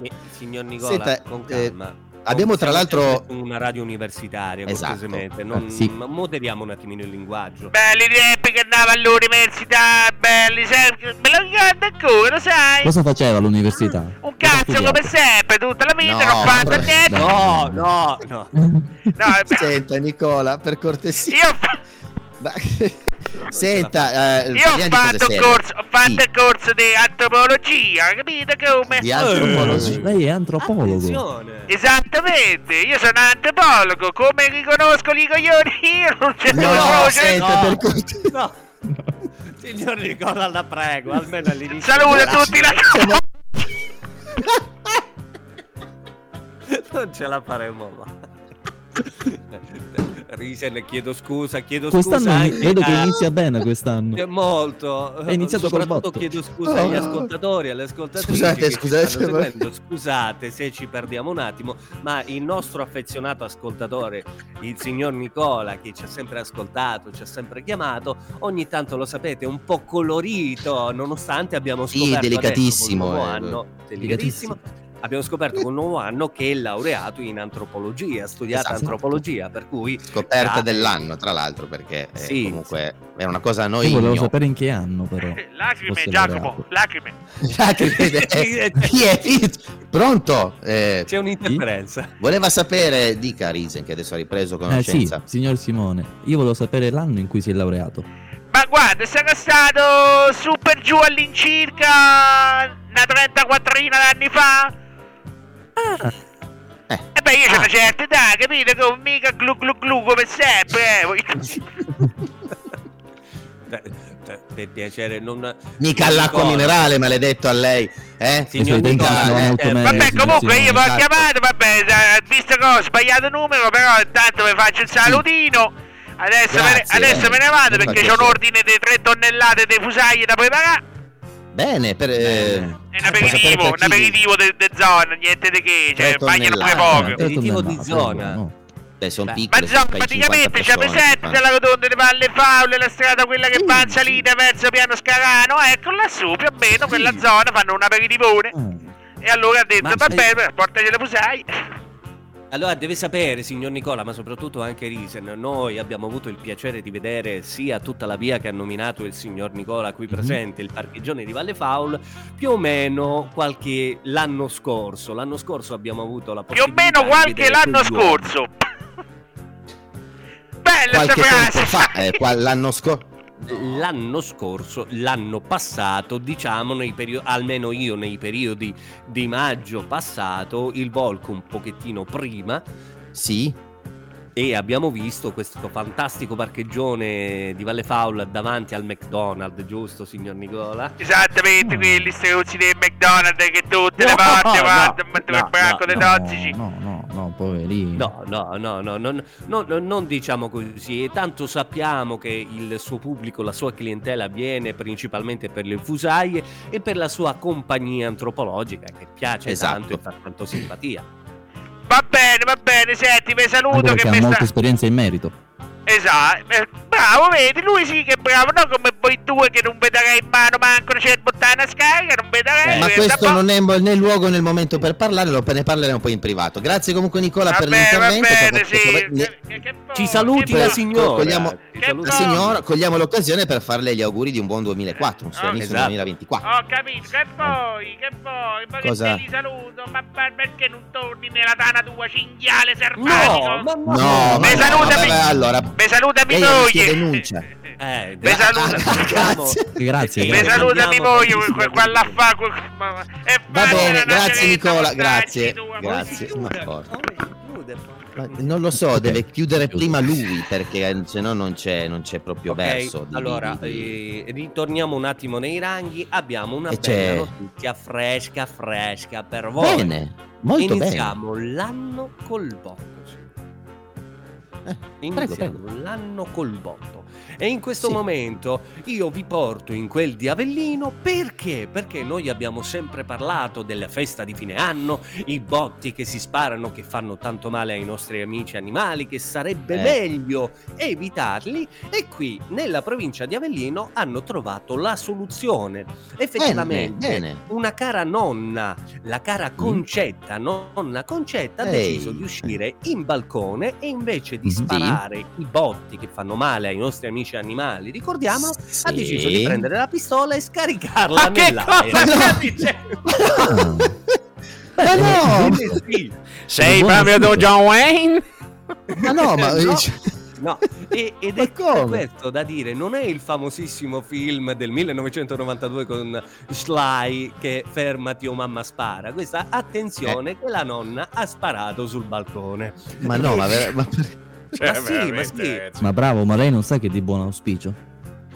Sì, Signor Nicola,
Senta,
con
eh,
calma.
abbiamo tra l'altro-
Siamo una radio universitaria,
Esatto.
cortesemente. Non,
Ah, sì.
Moderiamo un attimino il linguaggio.
Belli tempi che andavo all'università, belli sempre. Me lo ricordo ancora, lo
Eh.
sai?
Cosa faceva all'università?
Ah, Un
Cosa ha
cazzo come
studiato?
sempre, tutta la vita,
No,
non ho fatto
vabbè,
niente.
dai.
No, no, no.
No,
[laughs] Senta Nicola, per cortesia.
io ho fa-
[laughs] Ma- Senta, eh,
io
parliamo
ho
di cose
fatto, il
serie.
corso, ho fatto
Sì,
il corso di antropologia, capito come?
di
Eh.
antropologia.
Lei è antropologo.
Attenzione.
Esattamente, io sono antropologo, come riconosco gli coglioni [laughs] io non ce
No,
l'ho,
senta,
no.
per
[laughs]
cortesia.
No. Signor Nicola, la prego, almeno all'inizio.
Saluto
Grazie.
tutti la [laughs]
[laughs] Non ce la faremo mai. Risen, chiedo scusa, chiedo scusa.
Quest'anno
anche
vedo che
eh.
a-
inizia bene
È
quest'anno.
molto.
È iniziato col
Soprattutto
botto.
chiedo scusa agli
Oh.
ascoltatori, alle ascoltatrici.
Scusate,
che ci
scusate,
stanno
ma-
seguendo. Scusate se ci perdiamo un attimo, ma il nostro affezionato ascoltatore, il signor Nicola, che ci ha sempre ascoltato, ci ha sempre chiamato, ogni tanto lo sapete, è un po' colorito, nonostante abbiamo
Sì,
scoperto adesso,
delicatissimo,
col nuovo
eh.
anno, delicatissimo. Abbiamo scoperto con un nuovo anno che è laureato in antropologia, ha studiato
Esatto.
antropologia, per cui
Scoperta
Ah.
dell'anno, tra l'altro, perché eh,
Sì,
comunque era una cosa a noi
Io volevo
igno-
sapere in che anno però.
Eh, Lacrime,
Fosse laureato.
Giacomo, lacrime. [laughs]
Lacrime- eh, [laughs] chi è? Pronto? Eh,
c'è un'interferenza.
voleva sapere, dica Risen, che adesso ha ripreso
Eh sì,
conoscenza.
signor Simone, io volevo sapere l'anno in cui si è laureato.
Ma guarda, sarà stato su per giù all'incirca una 34 d'anni fa.
Eh.
E beh, io c'ho una certa età, capito? Con mica glu glu glu come sempre. eh.
Beh, beh, Per piacere, non.
Mica l'acqua
Nicola.
minerale, maledetto a lei. Eh?
Sì, Signor
I suoi tempi
Nicola,
sono
eh,
molto
eh,
meglio,
Vabbè,
signor
comunque io vi
Simone.
ho
esatto.
chiamato, vabbè, eh, visto che ho sbagliato numero, però intanto vi faccio il salutino. Adesso, me, ne,
Grazie,
adesso
eh.
me ne vado
Mi
perché
faccio
c'ho un
sì.
ordine di 3 tonnellate di fusaglie da preparare.
Bene, per... eh,
È un
per sapere
aperitivo,
per
un
chi-
aperitivo de, de zona, niente di che,
Tre
cioè, bagnano pure
tonnellate,
poco.
Però tu
Aperitivo
mi-
di
no,
zona.
no.
Beh, sono
Ma
piccole,
insomma,
sono fai 50
praticamente c'è presente
persone.
la rotonda di Valle Faule, la strada quella che va in salita verso Piano Scarano, ecco lassù più o meno quella zona fanno un aperitivone.
Mm.
Ah,
E allora ha detto,
Ma
va
sai-
bene, portaci le fusai.
Allora deve sapere, signor Nicola, ma soprattutto anche Risen, noi abbiamo avuto il piacere di vedere sia tutta la via che ha nominato il signor Nicola
Mhm.
qui presente, il parcheggione di Valle Faul, più o meno qualche l'anno scorso. L'anno scorso abbiamo avuto la
Più o
possibilità
meno
di
qualche
vedere
l'anno
quegli uomini.
[laughs] scorso. Bella sta
Qualche tempo
frase. [laughs]
eh.
fa, eh, qua- l'anno scorso...
l'anno scorso, l'anno passato, diciamo, nei perio- almeno io nei periodi di maggio passato, il Volco un pochettino prima
Sì,
Eh,
e abbiamo visto questo fantastico parcheggione di Valle Faul davanti al McDonald's, giusto signor Nicola?
Esattamente, quelli stronzi del McDonald's che tutte le
Mm. No,
volte
no,
vanno a
no,
mettere il branco dei tossici.
No, no, no, poverino.
No, no, no, no, no, no, no, non diciamo così. E tanto sappiamo che il suo pubblico, la sua clientela viene principalmente per le fusaie e per la sua compagnia antropologica che piace
Esatto.
tanto e fa tanto simpatia.
Va bene, va bene, senti, vi
Anche
saluto
perché
che
ha
mi
molta
sta...
esperienza in merito.
Esatto, eh, bravo, vedi, lui sì che è bravo, non come voi due che non vedrai in mano manco c'è il bottana scarica, non
Eh,
vedrai...
ma questo non è mo- né luogo né il momento per parlare, lo- ne parleremo poi in privato. Grazie comunque Nicola per l'intervento.
Va
per-
bene,
per-
sì.
ne-
Che- che
Ci
po-
saluti
che
la
po-
signora.
cogliamo-
Ci
Che
saluti.
la
po-
signora, cogliamo l'occasione per farle gli auguri di un buon 2004, un serenissimo
Esatto.
2024.
Ho capito, che poi, che poi, ma che
Cosa?
te li saluto, ma ma perché non torni nella tana tua cinghiale servatico?
No, ma no.
No,
Beh,
ma no,
salutami.
vabbè, allora,
Mi saluta mia
Lei ha messo
moglie.
denuncia.
Eh,
Mi saluta,
Ah, [laughs] grazie.
Grazie.
Sì,
mi
Eh,
grazie.
saluto.
saluta mia
andiamo,
moglie,
tantissimo.
que- quella fa. que- ma- ma- e
Va
vattene
bene,
alla
grazie
Teresa,
Nicola,
mannaggia
grazie,
tua,
grazie.
così.
Ma
Chiude,
porca.
chiude.
Ma non lo so, deve chiudere
Chiuso.
prima lui perché eh, se no non c'è, non c'è proprio
Ok,
verso. di-
allora
di- di- Eh,
eh, ritorniamo un attimo nei ranghi. Abbiamo una
E
bella
c'è-
notizia fresca, fresca per voi.
certo. Bene, molto
Iniziamo l'anno col botto.
Eh,
signori. Iniziamo l'anno col botto. E in questo
Sì.
momento io vi porto in quel di Avellino perché? Perché noi abbiamo sempre parlato della festa di fine anno, i botti che si sparano, che fanno tanto male ai nostri amici animali, che sarebbe
Eh.
meglio evitarli. E qui nella provincia di Avellino hanno trovato la soluzione.
bene. Bene,
Effettivamente,
bene.
una cara nonna, la cara Concetta, nonna Concetta, ha
Mm. Ehi.
deciso di uscire in balcone e invece di
Sì.
sparare i botti che fanno male ai nostri amici animali, ricordiamolo, ha
Sì.
deciso di prendere la pistola e scaricarla
Ma che cosa
[laughs] nell'aria.
stai dicendo?
Ma no,
Eh, sì.
Sei
Buono,
proprio
scusa.
tu John Wayne?
ma no, ma
[laughs] No. No, e- ed
Ma
è
come?
questo da dire, non è il famosissimo film del 1992 con Sly che fermati o mamma spara, questa attenzione
Eh.
che la nonna ha sparato sul balcone.
ma no, ma, vera- ma per-
Cioè,
Ma sì, ma
veramente,
Ma bravo, ma lei non sa che è di buon auspicio?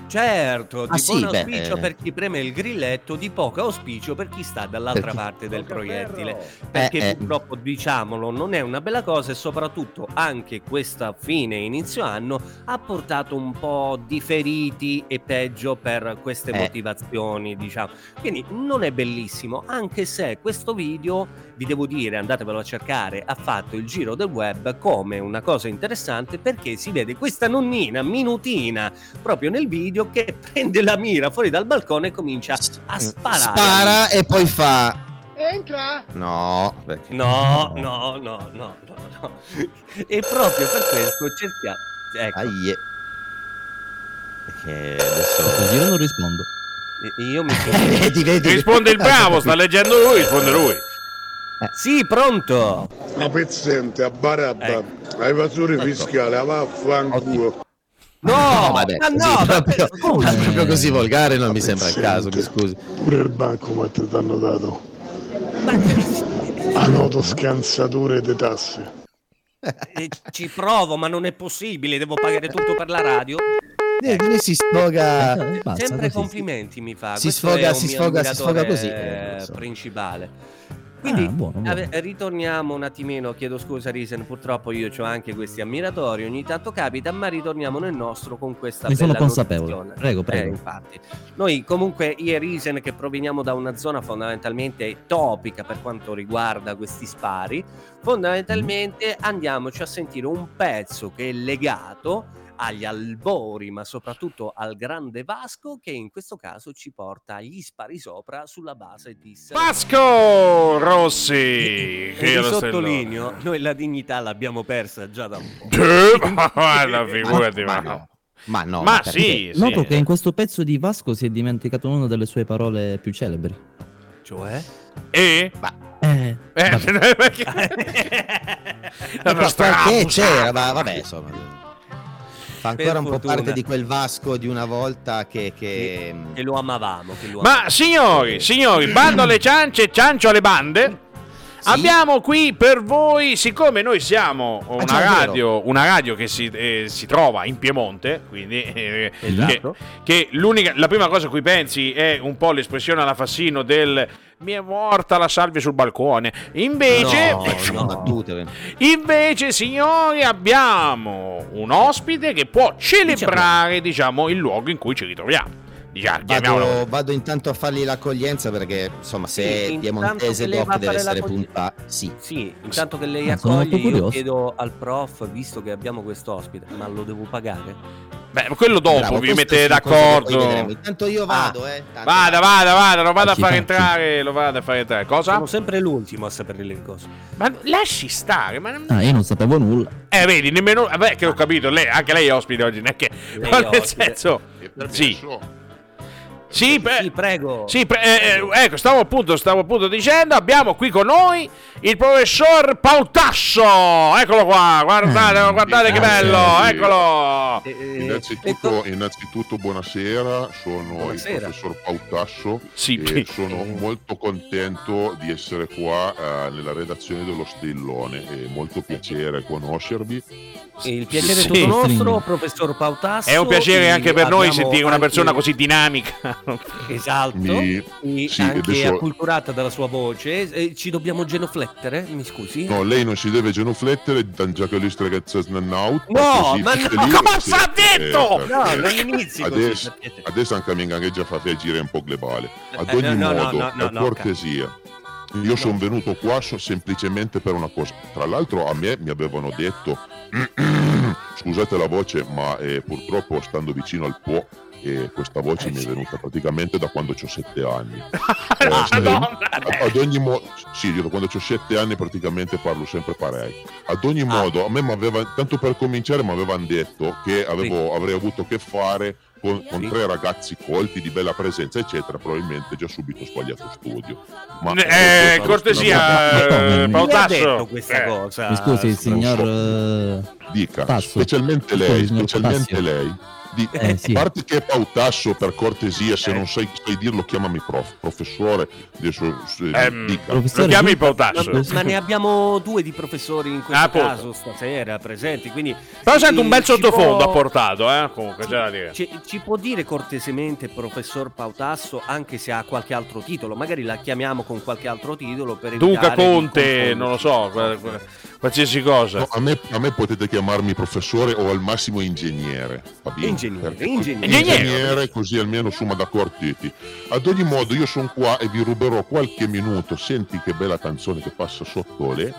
Certo, di
Ah, sì,
buon
beh,
auspicio
eh.
per chi preme il grilletto, di poco auspicio per chi sta dall'altra
Per chi-
parte del proiettile. Perché
Eh, eh.
purtroppo, diciamolo, non è una bella cosa e soprattutto anche questa fine inizio anno ha portato un po' di feriti e peggio per queste
Eh.
motivazioni, diciamo. Quindi non è bellissimo, anche se questo video, vi devo dire, andatevelo a cercare, ha fatto il giro del web come una cosa interessante perché si vede questa nonnina minutina proprio nel video che [laughs] prende la mira fuori dal balcone e comincia Cioè, a sparare.
spara e poi fa
Entra!
no, perché
No, no, no, no, no, no. E proprio per questo cerchiamo. Ecco,
Aie. Perché adesso
Io non rispondo.
io mi sono... [laughs]
vedi, vedi. Ah,
Risponde il bravo, sta leggendo lui, risponde lui.
Sì, pronto!
La pezzente, a barabba,
Ecco.
a evasore
Ecco.
fiscale, a vaffanculo.
No,
ma
ma no, ma
Ah, proprio, [laughs]
per- come?
ma proprio così volgare non mi sembra il caso, mi
Sì.
scusi.
Pure il banco ma ti hanno dato.
Ma-
A noto scansature di tasse.
eh, Ci provo, ma non è possibile, devo pagare tutto per la radio.
Eh, Lui si sfoga
Eh, basta,
Sempre
così.
complimenti mi fa.
Si
Questo
sfoga-
è un
si
mio
sfoga- si sfoga così.
ammiratore,
Eh, lo so.
principale.
Ah,
Quindi
buono, buono.
Ave- ritorniamo un attimino, chiedo scusa Risen, purtroppo io ho anche questi ammiratori, ogni tanto capita, ma ritorniamo nel nostro con questa
Ne sono
bella
consapevole.
notizia.
Prego, prego.
Eh, infatti. Noi comunque io e Risen che proveniamo da una zona fondamentalmente topica per quanto riguarda questi spari, fondamentalmente
Mm.
andiamoci a sentire un pezzo che è legato agli albori, ma soprattutto al grande Vasco che in questo caso ci porta agli spari sopra sulla base di
Vasco
e
Rossi. che
vi
è lo
sottolineo, noi la dignità l'abbiamo persa già da un po'.
stellone. Eh, ma guarda, figurati, ma,
ma no. Ma no,
ma
perché?
sì, sì.
Noto che in questo pezzo di Vasco si è dimenticato una delle sue parole più celebri. [laughs]
Cioè?
E?
Eh,
Eh, [laughs]
vabbè.
perché?
Ma
Era
perché
strabusato.
c'era, ma vabbè, insomma. Fa ancora un po'
fortuna.
parte di quel Vasco di una volta che... che...
Ehm.
Che, che lo amavamo. Che lo
Ma
amavamo.
signori, signori, bando alle ciance, ciancio alle bande. Abbiamo qui per voi, siccome noi siamo una,
già, è Ah, vero.
radio, una radio che si, eh, si trova in Piemonte, quindi eh,
Esatto.
che, che l'unica, la prima cosa a cui pensi è un po' l'espressione alla Fassino del mi è morta la salve sul balcone. Invece,
No, no, battute.
[laughs] Invece, signori, abbiamo un ospite che può celebrare, diciamo, il luogo in cui ci ritroviamo. Diciamo, chiamiamolo.
Vado, vado intanto a fargli l'accoglienza perché insomma se
Sì,
è
intanto
piemontese
che lei va
Doc
a
deve
fare
essere
l'accoglienza.
puntato. Sì.
Sì, intanto che lei
Ah, sono molto
accoglie, io
curioso.
chiedo al prof, visto che abbiamo quest'ospite, ma lo devo pagare?
Beh, quello dopo vi
Bravo, questo
mettete
sono cose che poi vedremo.
d'accordo. Ah,
Intanto io vado, eh. Tanto-
Vada, vada, vada, lo vado a
Sì,
far
sì.
entrare, lo vado a far entrare. Cosa?
Sono sempre l'ultimo a sapere le cose.
Ma lasci stare, ma non...
Ah, io non sapevo nulla.
Eh, vedi, nemmeno... Vabbè, che ho capito, lei, anche lei è ospite oggi, non è che...
Lei
Ma [laughs]
è
nel
ospite.
senso... Sì, sì,
sì,
beh...
prego.
Sì, pre- eh, eh, ecco, stavo appunto, stavo appunto dicendo, abbiamo qui con noi il professor Pautasso. Eccolo qua, guardate,
Ah,
guardate che
grazie.
bello, eccolo.
Eh, eh, e
Innanzitutto,
to-
innanzitutto buonasera, sono
Buonasera.
il professor Pautasso
Sì,
e sono molto contento di essere qua eh, nella redazione dello Strillone, è molto piacere conoscervi.
il piacere
Sì.
è tutto nostro,
Stringo.
professor Pautasso.
È un piacere
e
anche per noi
abbiamo
sentire una
anche-
persona così dinamica.
Esatto,
Mi-
e
sì,
anche
adesso-
acculturata dalla sua voce. Eh, ci dobbiamo genuflettere? Mi scusi?
No, lei non si deve genuflettere, già che lui stregazza snannaut.
No,
così
ma
tutte
no,
cosa
sì,
ha detto?
eh,
No,
eh,
non inizi così,
Adesso,
per piacere.
adesso anche a Mingangheggia fa reagire un po' globale. Ad
Eh, [laughs] no,
ogni
no, no,
modo,
no, no,
per
no,
cortesia. Io sono venuto qua so- semplicemente per una cosa. Tra l'altro a me mi avevano detto, [clears throat] scusate la voce, ma eh, purtroppo stando vicino al Po, eh, questa voce mi è venuta praticamente da quando ho sette anni. Eh,
[laughs]
sì. Ad- ad ogni modo, sì, io da quando ho 7 anni praticamente parlo sempre parei. Ad ogni modo, a me m'aveva, tanto per cominciare, mi avevano detto che avevo- avrei avuto che fare con, con
Sì.
tre ragazzi colti di bella presenza, eccetera. Probabilmente già subito ho sbagliato studio. Ma
Eh, cortesia, eh,
Mi
Chi le ha
Pautasso.
detto questa
Eh,
cosa?
Mi scusi, il signor. eh,
dica,
Passo.
specialmente
Scusi,
lei,
signor
specialmente
Passo.
lei. Di,
Eh, sì.
A [laughs] parte che Pautasso, per cortesia,
Eh.
se non sai, sai dirlo, chiamami prof, professore. adesso, eh,
Ehm,
dica.
Lo
Professore,
chiami
dica-
Pautasso.
Ma, ma ne abbiamo due di professori in questo
Ah, Eh. appunto.
caso stasera presenti, quindi
Però
sì,
sento un bel
ci
sottofondo
può-
ha portato, eh, comunque c'è da dire.
Ci, ci può dire cortesemente professor Pautasso anche se ha qualche altro titolo, magari la chiamiamo con qualche altro titolo per
Duca
evitare di
Conte,
confonderci.
non lo so, qual- qual- qualsiasi cosa.
No, a, me, a me potete chiamarmi professore o al massimo ingegnere. va bene?
Ingegnere,
Perché-
ingegnere.
ingegnere, così almeno insomma d'accordo tutti. Ad ogni modo io sono qua e vi ruberò qualche minuto, senti che bella canzone che passa sotto le,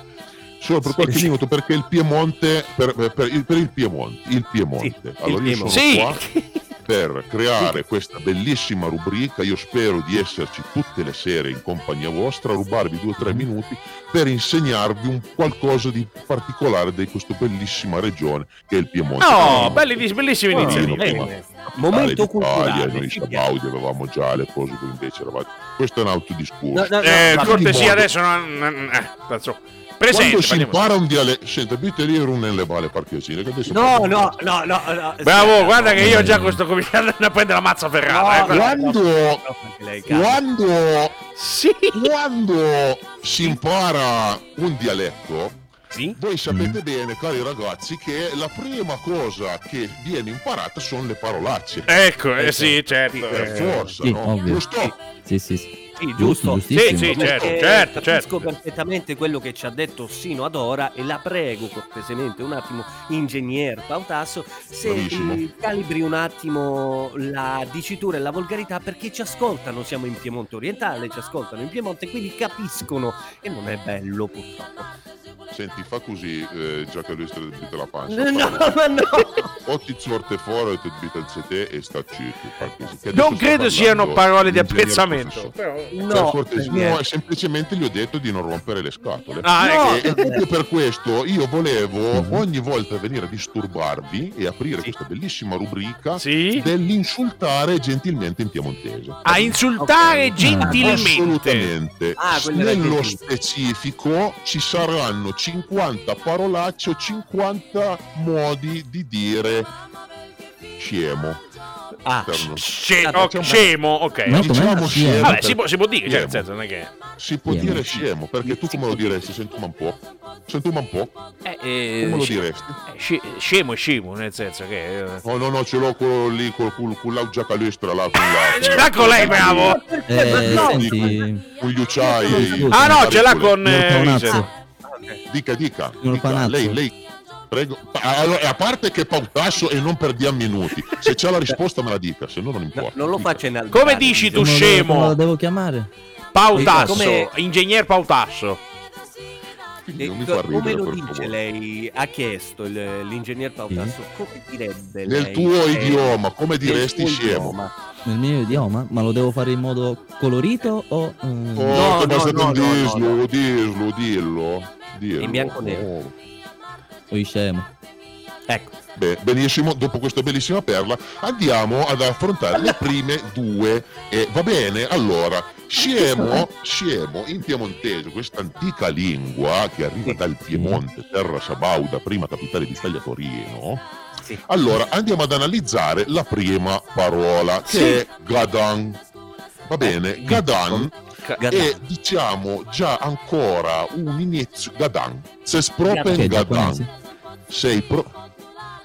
solo per qualche minuto perché il Piemonte, per, per- per il, per il Piemonte, il Piemonte.
Sì, il
allora io sono
Piemonte. Sì.
qua per creare questa bellissima rubrica, io spero di esserci tutte le sere in compagnia vostra, rubarvi due o tre minuti per insegnarvi un qualcosa di particolare di questa bellissima regionone che è il Piemonte.
No, belli, bellissime
Ah,
iniziative.
bene.
Bene.
Tale
Momento
d'Italia,
culturale.
Noi in
ci
Sabaudia avevamo già le cose, voi invece eravate... Questo è un altro discorso.
piace. No, no, no,
Eh,
ma-
cortesia,
modo.
adesso non. non- eh, insomma, presente,
Quando si
parliamo-
impara un dialetto... Senta, butteriero non le vale parchesine. che adesso
No,
parliamo di-
no, no, no, no.
Bravo, guarda che io
no,
già
no.
questo cominciato a prendere la mazza ferrata. eh,
No,
guarda.
Quando-
Lei, calma.
Quando
Sì.
quando si impara un dialetto,
Sì?
voi sapete
Mm.
bene, cari ragazzi, che la prima cosa che viene imparata sono le parolacce.
Ecco, eh, sì, certo.
Per
eh.
forza,
sì,
no?
ovvio.
Lo sto.
Sì, sì, sì.
Sì,
Giusto,
giusto.
giustissimo.
Sì, sì,
Perché
certo, certo,
capisco
certo.
perfettamente quello che ci ha detto sino ad ora e la prego cortesemente un attimo, ingegner Pautasso, se
Bravissimo.
eh, calibri un attimo la dicitura e la volgarità perché ci ascoltano, siamo in Piemonte orientale, ci ascoltano in Piemonte, quindi capiscono e non è bello purtroppo.
Senti, fa così, eh, già che lui sta dritto la pancia.
No,
Parla.
ma no.
O ti sorte fuori o ti dritto il sete e sta zitto. fa così. Che adesso
Non
sta
credo
parlando
siano parole di
l'ingegner
apprezzamento.
professore.
[laughs] No,
per cortesia, no, semplicemente gli ho detto di non rompere le scatole.
Ah, ecco.
No,
E e proprio per questo io
Mhm.
volevo ogni volta venire a disturbarvi e aprire questa bellissima rubrica
Sì.
dell'insultare gentilmente in piemontese.
A insultare
Ok.
gentilmente.
Assolutamente.
Ah, quella era
Nello
giusta.
specifico ci saranno 50 parolacce o 50 modi di dire
scemo.
Ah,
Interno.
Sce-
Ah,
ok, scemo, ok.
No,
Diciamo
com'era? Sì,
eh.
scemo.
Vabbè, si può, si può dire, cioè, nel
Scemo.
senso, non è che...
Si può
Vieni.
dire scemo, perché tu come lo diresti? Sentuma un po'. Sentuma un po'.
Eh, eh,
Come lo
sce-
diresti?
eh, sce- scemo è scemo, nel senso che... eh,
No, no, no, ce l'ho quello lì col cul- con la giacalestra là.
Ce l'ha con lei, bravo!
Eh,
no,
senti,
Con gli ucciai.
Ah no, ce l'ha con... eh,
Morconazzo.
Dica, dica.
Signor
dica.
Panazzo.
lei, lei. Prego. Pa- Allora, e a parte che pautasso e non perdiamo minuti. Se c'è la risposta me la dica, se no non
No,
importa.
non lo
Dica.
faccio in alto.
Come dici tu,
Come lo-
scemo?
come lo devo chiamare?
Pautasso,
Come-
ingegner Pautasso.
Quindi Non mi fa ridere,
Come lo
per
dice
favore.
lei? Ha chiesto il- l'ingegner Pautasso come direbbe
Nel
lei?
tuo
Eh,
idioma, come
nel
diresti
tuo
scemo?
idioma.
Nel mio idioma? Ma lo devo fare in modo colorito o... eh,
Oh,
No,
ma
no,
se
no,
non
no, no,
dirlo, dirlo, dillo. dillo.
In bianco e nero.
Oh.
Poi scemo.
Ecco,
Beh, benissimo, dopo questa bellissima perla andiamo ad affrontare le prime due. E va bene, allora, scemo, scemo in piemontese, questa antica lingua che arriva dal Piemonte, terra sabauda, prima capitale d'Italia Torino.
Sì.
Allora, andiamo ad analizzare la prima parola, che è gadan. Va bene, gadan
Gaddafi.
è, diciamo, già ancora un inizio gadan. Se
Perché
spropen
è
gadan
giapponese?
sei pro...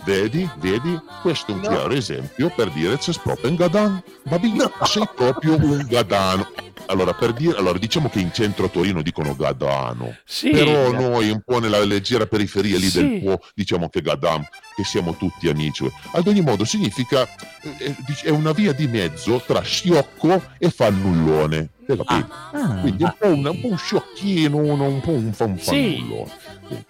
Vedi, vedi, questo è un chiaro esempio per dire c'è proprio un gadan. Va bene, sei proprio un gadano. Allora, per dire, allora, diciamo che in centro a Torino dicono gadano,
Sì.
però noi un po' nella leggera periferia lì
Sì.
del Po diciamo che gadam, che siamo tutti amici. Ad ogni modo significa, eh, eh, dic- è una via di mezzo tra sciocco e fannullone. Hai capito?
Ah,
Quindi è un po', un, un po' un sciocchino, uno un po' un fan-
Sì.
fannullone.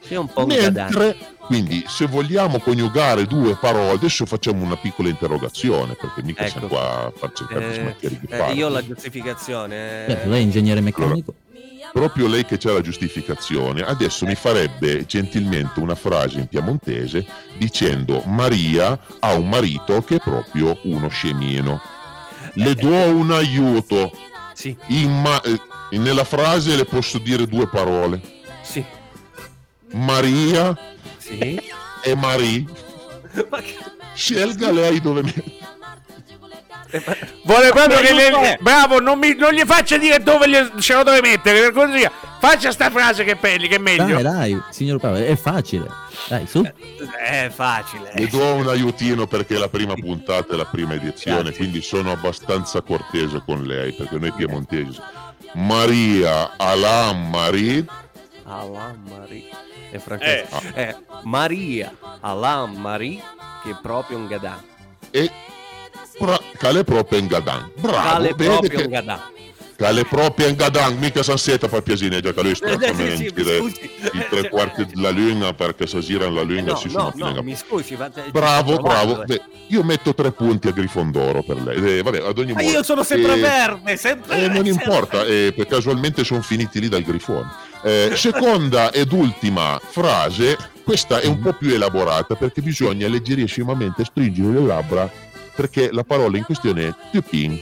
È un po' un Gaddafi.
Mentre, quindi, se vogliamo coniugare due parole, adesso facciamo una piccola interrogazione, perché mica
Ecco.
siamo qua a farci
Eh,
cercare smettere di
eh,
fare.
io ho la giustificazione. eh.
certo, lei è ingegnere meccanico.
Proprio lei che c'ha la giustificazione, adesso mi farebbe gentilmente una frase in piemontese dicendo Maria ha un marito che è proprio uno scemino. Le do un aiuto.
Sì,
In ma- eh, nella frase le posso dire due parole.
sì,
Maria
sì. [laughs]
e Marie.
Ma che-
Scelga lei dove mettere.
Vuole proprio
Ma
che
aiuto!
le- Bravo, non, mi- non gli faccia dire dove gli- ce lo deve mettere, per cortesia. Faccia sta frase che è pe- che è meglio.
Dai, dai, signor Paolo, è facile. Dai, su.
Eh. È facile.
Le do un aiutino perché è la prima puntata è la prima edizione,
Grazie.
quindi sono abbastanza cortese con lei, perché noi piemontesi. Maria Alain Marie,
Alain Marie. E Francesco.
Eh.
Eh, Maria Alain Marie, che è proprio un Gaddafi.
e pra- Cale proprio Engadan. Bravo,
Tale
vedi
proprio
che-
un Gaddafi.
Cale proprio Engadan, mica Sansetta fa piasine, già che lui sta
Eh, sì,
come
sì,
in
mi
dire
scusi.
i tre quarti della luna perché se girano la
Eh,
luna
no,
si sono
no,
fine
no, mi scusi. ma-
Bravo,
ci ho provato,
bravo.
eh.
Beh, io metto tre punti a Grifondoro per lei. Eh, vabbè, ad ogni
Ma
modo.
io sono sempre
Eh,
verde, sempre
Eh, non
sempre-
importa, eh, perché casualmente sono finiti lì dal grifone. Eh, seconda ed ultima frase, questa è un po' più elaborata perché bisogna leggerissimamente stringere le labbra perché la parola in questione è tupin.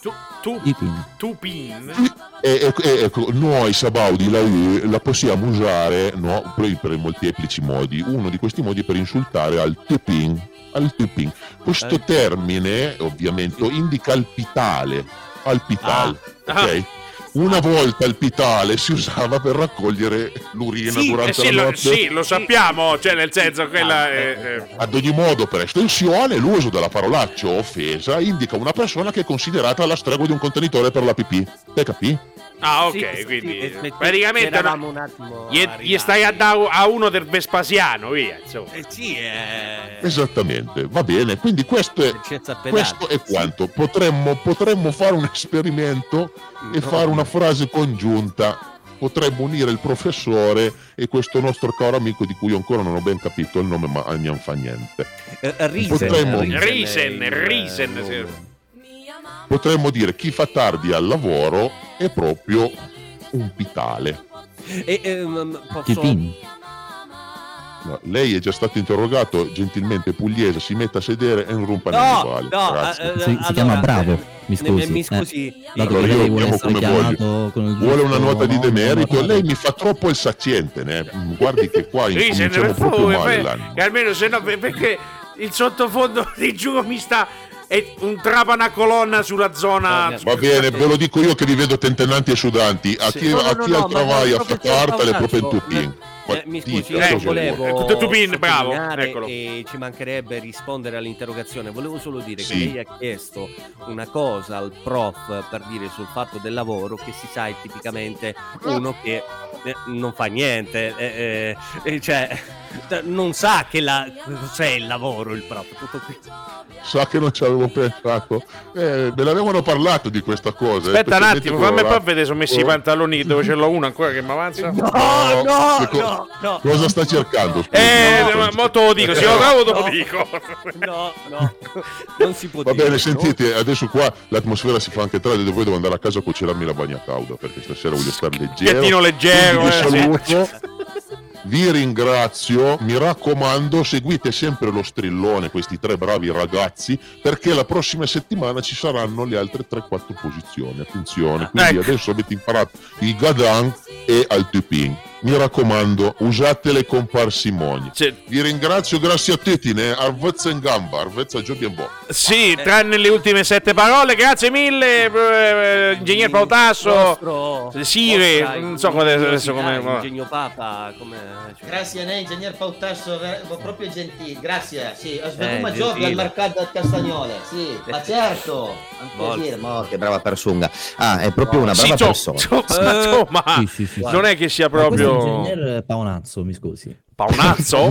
Tu, tu,
Io quindi.
tu pin.
E, e- e- ecco, noi Sabaudi la, U la possiamo usare no, per, per molteplici modi. Uno di questi modi è per insultare al tupin. Al tupin. Questo
Eh.
Al-
termine ovviamente indica il pitale. Al pitale,
Ah.
ok? Una volta il pitale si usava per raccogliere l'urina
Sì,
Eh
durante
sì,
la
lo,
notte.
sì, lo sappiamo, cioè nel senso
Ah,
quella
eh,
è- è-
Ad ogni modo, per estensione, l'uso della parolaccia o offesa indica una persona che è considerata la strego di un contenitore per la pipì. Te capì?
Ah,
Sì,
ok,
sì,
quindi
sì, sì,
praticamente
eravamo
no-
un attimo
gli, gli
arrivati.
stai a, da- a uno del Vespasiano, via, insomma.
Eh sì, eh.
Esattamente, va bene. Quindi questo è,
Licenza pedale.
questo è quanto. Potremmo, potremmo fare un esperimento e fare una frase congiunta. Potremmo unire il professore e questo nostro caro amico di cui ancora non ho ben capito il nome, ma non fa niente.
Eh, eh, Risen,
Potremmo-
Risen,
eh,
Risen,
eh,
sì.
Potremmo dire chi fa tardi al lavoro è proprio un pitale.
E, ehm,
Che
posso...
fin.
No, lei è già stato interrogato, gentilmente pugliese, si metta a sedere e non rompa
No,
nei guai.
no,
Grazie.
eh,
Si, si
allora,
chiama Bravo.
eh,
Mi scusi.
Mi
eh.
scusi.
Dato
Allora,
che
io
lei vuole
chiamo
essere
come
chiamato con il
Vuole una
giusto
nota di
nome,
demerito,
nota-
lei mi fa troppo il saziente, ne? guardi che qua
Risen, per
incominciamo proprio
favore,
male
fai-
l'anno.
che almeno se no, perché il sottofondo [laughs] di giù mi sta è un trapana colonna sulla zona
Va bene, ve lo dico io che li vedo tentennanti e sudanti. A
Sì.
chi,
No,
a
no,
chi
no,
al
no, ma
travai
no,
a fa
proprio-
carta le
no,
proprie
no,
tupin.
Eh, mi scusi,
Fatica,
io
cosa vuoi?
È
volevo
Eh, tutto Tupin, bravo,
sottolineare
eccolo.
e ci mancherebbe rispondere all'interrogazione. Volevo solo dire che
Sì.
lei ha chiesto una cosa al prof per dire sul fatto del lavoro che si sa è tipicamente uno che eh, non fa niente, eh, eh, eh, cioè [laughs] eh, non sa che la, cos'è il lavoro il prof. Tutto qui.
Sa che non ci avevo pensato. Eh, me l'avevano parlato di questa cosa. eh,
aspetta un
specialmente
attimo
quello
fammi
là.
poi vedere se ho messo i
Oh.
pantaloni dove ce l'ho uno ancora che mi avanza
No, ecco,
no,
che co-
no, no.
Cosa sta cercando? scusi?
eh
No,
ma
no.
mo te lo dico se lo trovo te lo
No.
dico
No, no, non si può
Va
dire.
bene, sentite, adesso qua l'atmosfera si fa anche tra, devo devo andare a casa a cucinarmi la bagna cauda perché stasera voglio stare leggero.
Schettino leggero,
Quindi vi
eh,
saluto. Vi ringrazio, mi raccomando, seguite sempre lo strillone, questi tre bravi ragazzi, perché la prossima settimana ci saranno le altre 3-4 posizioni. Attenzione, quindi
Ecco.
adesso avete imparato il Gadan e al Tupin. Mi raccomando, usatele con parsimonia.
Cioè,
Vi ringrazio, grazie a tutti, ne arvezza in gamba, arvezza giù bien buono.
sì tranne le ultime sette parole grazie mille eh, eh, ingegner Pautasso
Nostro-
Sire,
nostra
non so cosa- adesso come-
ingegno Papa, come cioè-
Grazie a lei, ingegner Pautasso, ver- proprio gentile, grazie. Sì, ho
Eh,
svelto ma
gentile.
giochi al mercato del Castagnole, sì, ma certo, anche
Molto.
dire, ma-
Oh, che brava persunga. Ah, è proprio una
sì,
brava
insomma,
persona.
insomma, insomma,
Sì, sì, sì.
Ah, non è che sia
Ma questo
proprio
ingegner Paonazzo, mi scusi.
paonazzo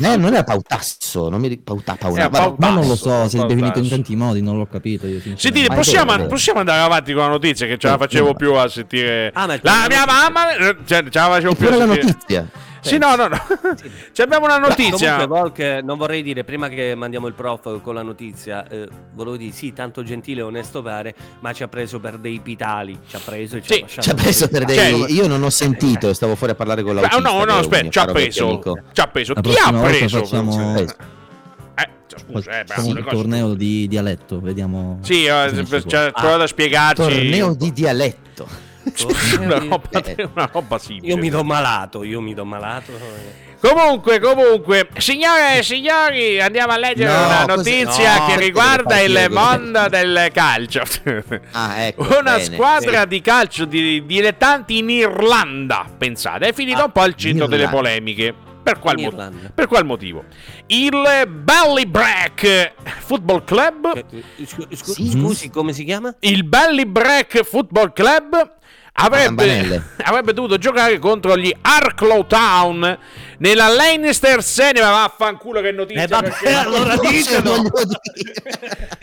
Eh, non era Pautasso, non mi ricordo. Pauta, Pauna-
Eh,
Ma-
Pautasso.
Ma non lo so, si è
Paonazzo.
definito in tanti modi, non l'ho capito io sinceramente.
Sentite,
Ma è
possiamo,
vero.
possiamo andare avanti con la notizia che ce la facevo più a sentire.
Ah, ma
la
c'è una
mia
notizia.
mamma eh, cioè, ce la facevo più a
Pure la
sentire.
notizia.
Sì, no, no, no. [laughs] Ci abbiamo una notizia.
Comunque, Volk, non vorrei dire prima che mandiamo il prof con la notizia, eh, volevo dire sì, tanto gentile e onesto pare, ma ci ha preso per dei pitali, ci ha preso e ci
Sì,
ha lasciato.
Ci ha preso per dei.
Cioè-
Io non ho sentito, stavo fuori a parlare con
Ah,
l'autista.
no,
che
no,
è un
aspetta,
mio
ci ha
caro vecchio
preso.
amico.
Ci ha preso.
La
Chi ha
prossima volta
preso?
facciamo
Eh,
Eh,
cioè, scusa, eh, beh,
facciamo
le
un
cose-
torneo di dialetto, vediamo.
Sì, eh,
cosa ne
per-
si
ci
può.
ha trovato a spiegarci.
torneo di dialetto.
Eh,
[laughs] una roba,
Eh.
una roba simile.
Io mi do malato, io mi do malato.
Comunque, comunque, signore e signori, andiamo a leggere
No,
una
così-
notizia
no,
che
perché
riguarda
le
il
partite così?
mondo del calcio. [laughs]
Ah, ecco.
Una
bene. Eh,
squadra di calcio di dilettanti in Irlanda, pensate, è finita
Ah,
un po' al centro delle
Irlanda.
polemiche. Per qual,
In
mo-
Irlanda.
per qual motivo? Il Ballybreak Football Club,
Eh, scu- scu-
Sì.
Scusi, come si chiama?
il Ballybreak Football Club avrebbe,
Campanelle.
[laughs] avrebbe dovuto giocare contro gli Arklow Town nella Lannister Cinema. Vaffanculo che notizia!
Eh, vabbè,
Cioè, perché-
allora
Cosa
ditelo.
voglio dire?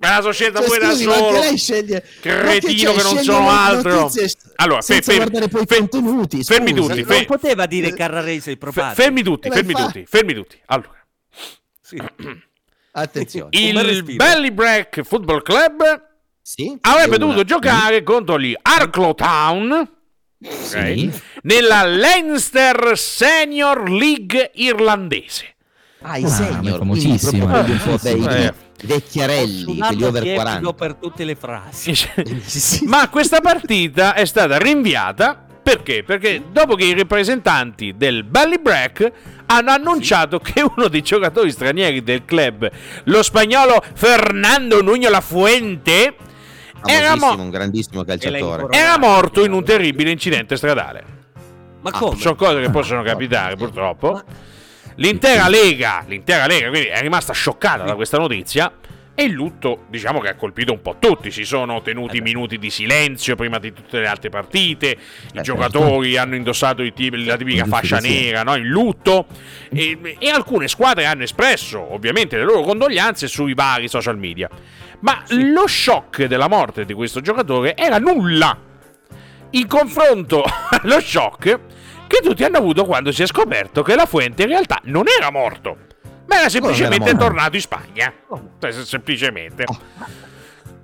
Me la so scelta
Cioè,
pure da
scusi, ma anche
solo.
lei sceglie-
Cretino
ma
che
che c'è,
non
sceglie
sono
le
altro.
notizie s-
Allora,
senza
fe- fe-
guardare poi i
fe-
contenuti,
fermi
scusi.
tutti,
Eh,
fe-
Non poteva dire Carrarese
Fe-
il proprio
fermi tutti,
Eh,
fermi
infatti.
tutti, fermi tutti. Allora,
Attenzione.
Un bel
il
respiro.
Ballybreak Football Club
Sì,
avrebbe
una-
dovuto giocare contro gli Arklow Town ok, nella Leinster Senior League irlandese.
Ah, i
Ah, ma è
senior, quindi
famosissima.
proprio quelli un po'
Eh.
dei- i vecchiarelli, quelli over 40. [laughs]
per tutte le frasi.
Ma questa partita è stata rinviata perché? Perché dopo che i rappresentanti del Ballybreak hanno annunciato che uno dei giocatori stranieri del club, lo spagnolo Fernando Nuño Lafuente, era, mo-
Famosissimo, un grandissimo calciatore.
E
era morto in un terribile incidente stradale.
Ma come?
Sono cose che possono capitare purtroppo. L'intera Lega, l'intera Lega quindi è rimasta scioccata da questa notizia e il lutto diciamo che ha colpito un po' tutti, si sono tenuti
Eh beh.
minuti di silenzio prima di tutte le altre partite, i
Eh,
giocatori hanno indossato i tipi- la tipica
Giusto che
fascia
sia.
nera, no? il lutto e, e alcune squadre hanno espresso ovviamente le loro condoglianze sui vari social media, ma lo shock della morte di questo giocatore era nulla in confronto [laughs] allo shock che tutti hanno avuto quando si è scoperto che la Fuente in realtà non era morto, ma era semplicemente
era morto?
tornato in Spagna. Cioè, se- semplicemente. Che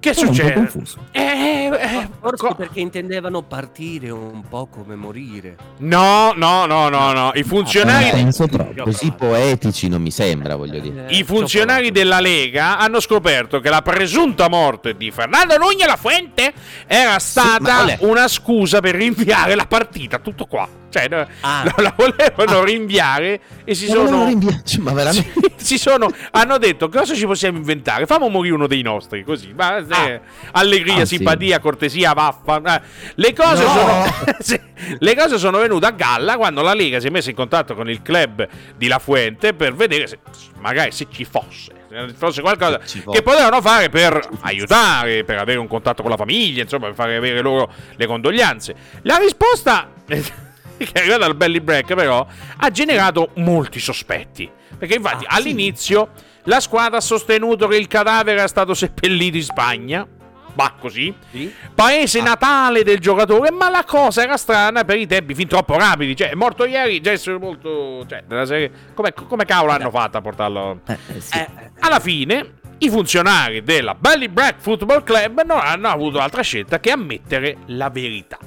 Oh. Sono un po'
succede?
confuso.
Eh, eh, eh,
Forse
co-
perché intendevano partire un po' come morire.
no, no, no, no, no. I
Non
funzionari,
penso proprio.
Così poetici non mi sembra, voglio dire.
Eh,
i funzionari della Lega hanno scoperto che la presunta morte di Fernando Lugna La Fuente era
ma
stata
olè.
una scusa per rinviare la partita. Tutto qua. cioè, no, no, la volevano rinviare e si
La Ah. volevano
sono...
rinviare? Cioè,
[laughs]
ma veramente?
Sì, si sono, hanno detto cosa ci possiamo inventare? Famo morire uno dei nostri, così. Ma, eh, allegria,
Ah, sì.
simpatia, cortesia, vaffan. eh. Le cose,
No!
sono, [laughs] sì, le cose sono venute a galla quando la Lega si è messa in contatto con il club di La Fuente per vedere se magari se ci fosse. se Fosse qualcosa che potevano fare per aiutare, per avere un contatto con la famiglia, insomma, per fare avere loro le condoglianze. La risposta [laughs] che è arrivata al belly break, però, ha generato molti sospetti. Perché, infatti, all'inizio la squadra ha sostenuto che il cadavere era stato seppellito in Spagna. Bah, così. Paese natale del giocatore, ma la cosa era strana per i tempi fin troppo rapidi. Cioè, è morto ieri, già è molto. Cioè, della serie. Come, come cavolo hanno fatto a portarlo? Eh,
[laughs]
alla fine, i funzionari della Belly Black Football Club non hanno avuto altra scelta che ammettere la verità.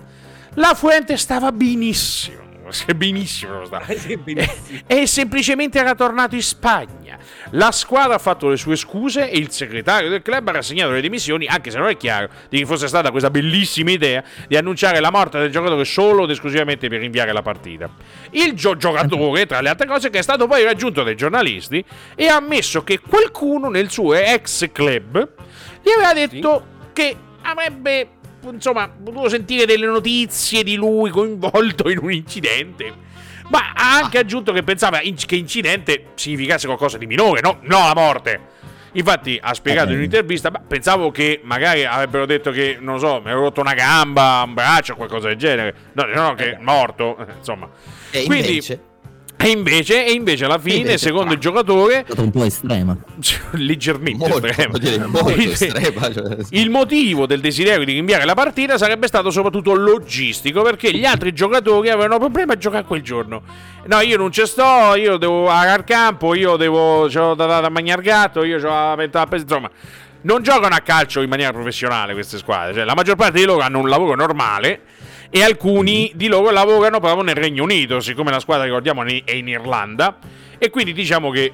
La Fuente stava benissimo. [laughs] Benissimo, stava. [laughs] e semplicemente era tornato in Spagna. La squadra ha fatto le sue scuse e il segretario del club ha rassegnato le dimissioni, anche se non è chiaro di chi fosse stata questa bellissima idea di annunciare la morte del giocatore solo ed esclusivamente per rinviare la partita. Il gio- giocatore, tra le altre cose, che è stato poi raggiunto dai giornalisti e ha ammesso che qualcuno nel suo ex club gli aveva detto che avrebbe insomma potuto sentire delle notizie di lui coinvolto in un incidente. Ma ha
Ah.
anche aggiunto che pensava in- che incidente significasse qualcosa di minore, no, no la morte. Infatti ha
Eh,
spiegato in un'intervista, ma pensavo che magari avrebbero detto che, non lo so, mi ero rotto una gamba, un braccio, qualcosa del genere. No, no, che è morto, eh, insomma.
E
Quindi-
invece?
E invece, e invece alla fine,
invece,
secondo il giocatore, [laughs]
È stata un po' estrema.
leggermente
Molto,
estrema.
vuol dire molto
Il-
estrema, cioè, sì.
[laughs] Il motivo del desiderio di rinviare la partita sarebbe stato soprattutto logistico, perché gli altri giocatori avevano problemi a giocare quel giorno. No, io non ci sto, io devo andare al campo, io devo c'ho da, da, da mangiare gatto, io ho la mentale pes- insomma. Non giocano a calcio in maniera professionale queste squadre, cioè la maggior parte di loro hanno un lavoro normale e alcuni di loro lavorano proprio nel Regno Unito, siccome la squadra ricordiamo ne- è in Irlanda e quindi diciamo che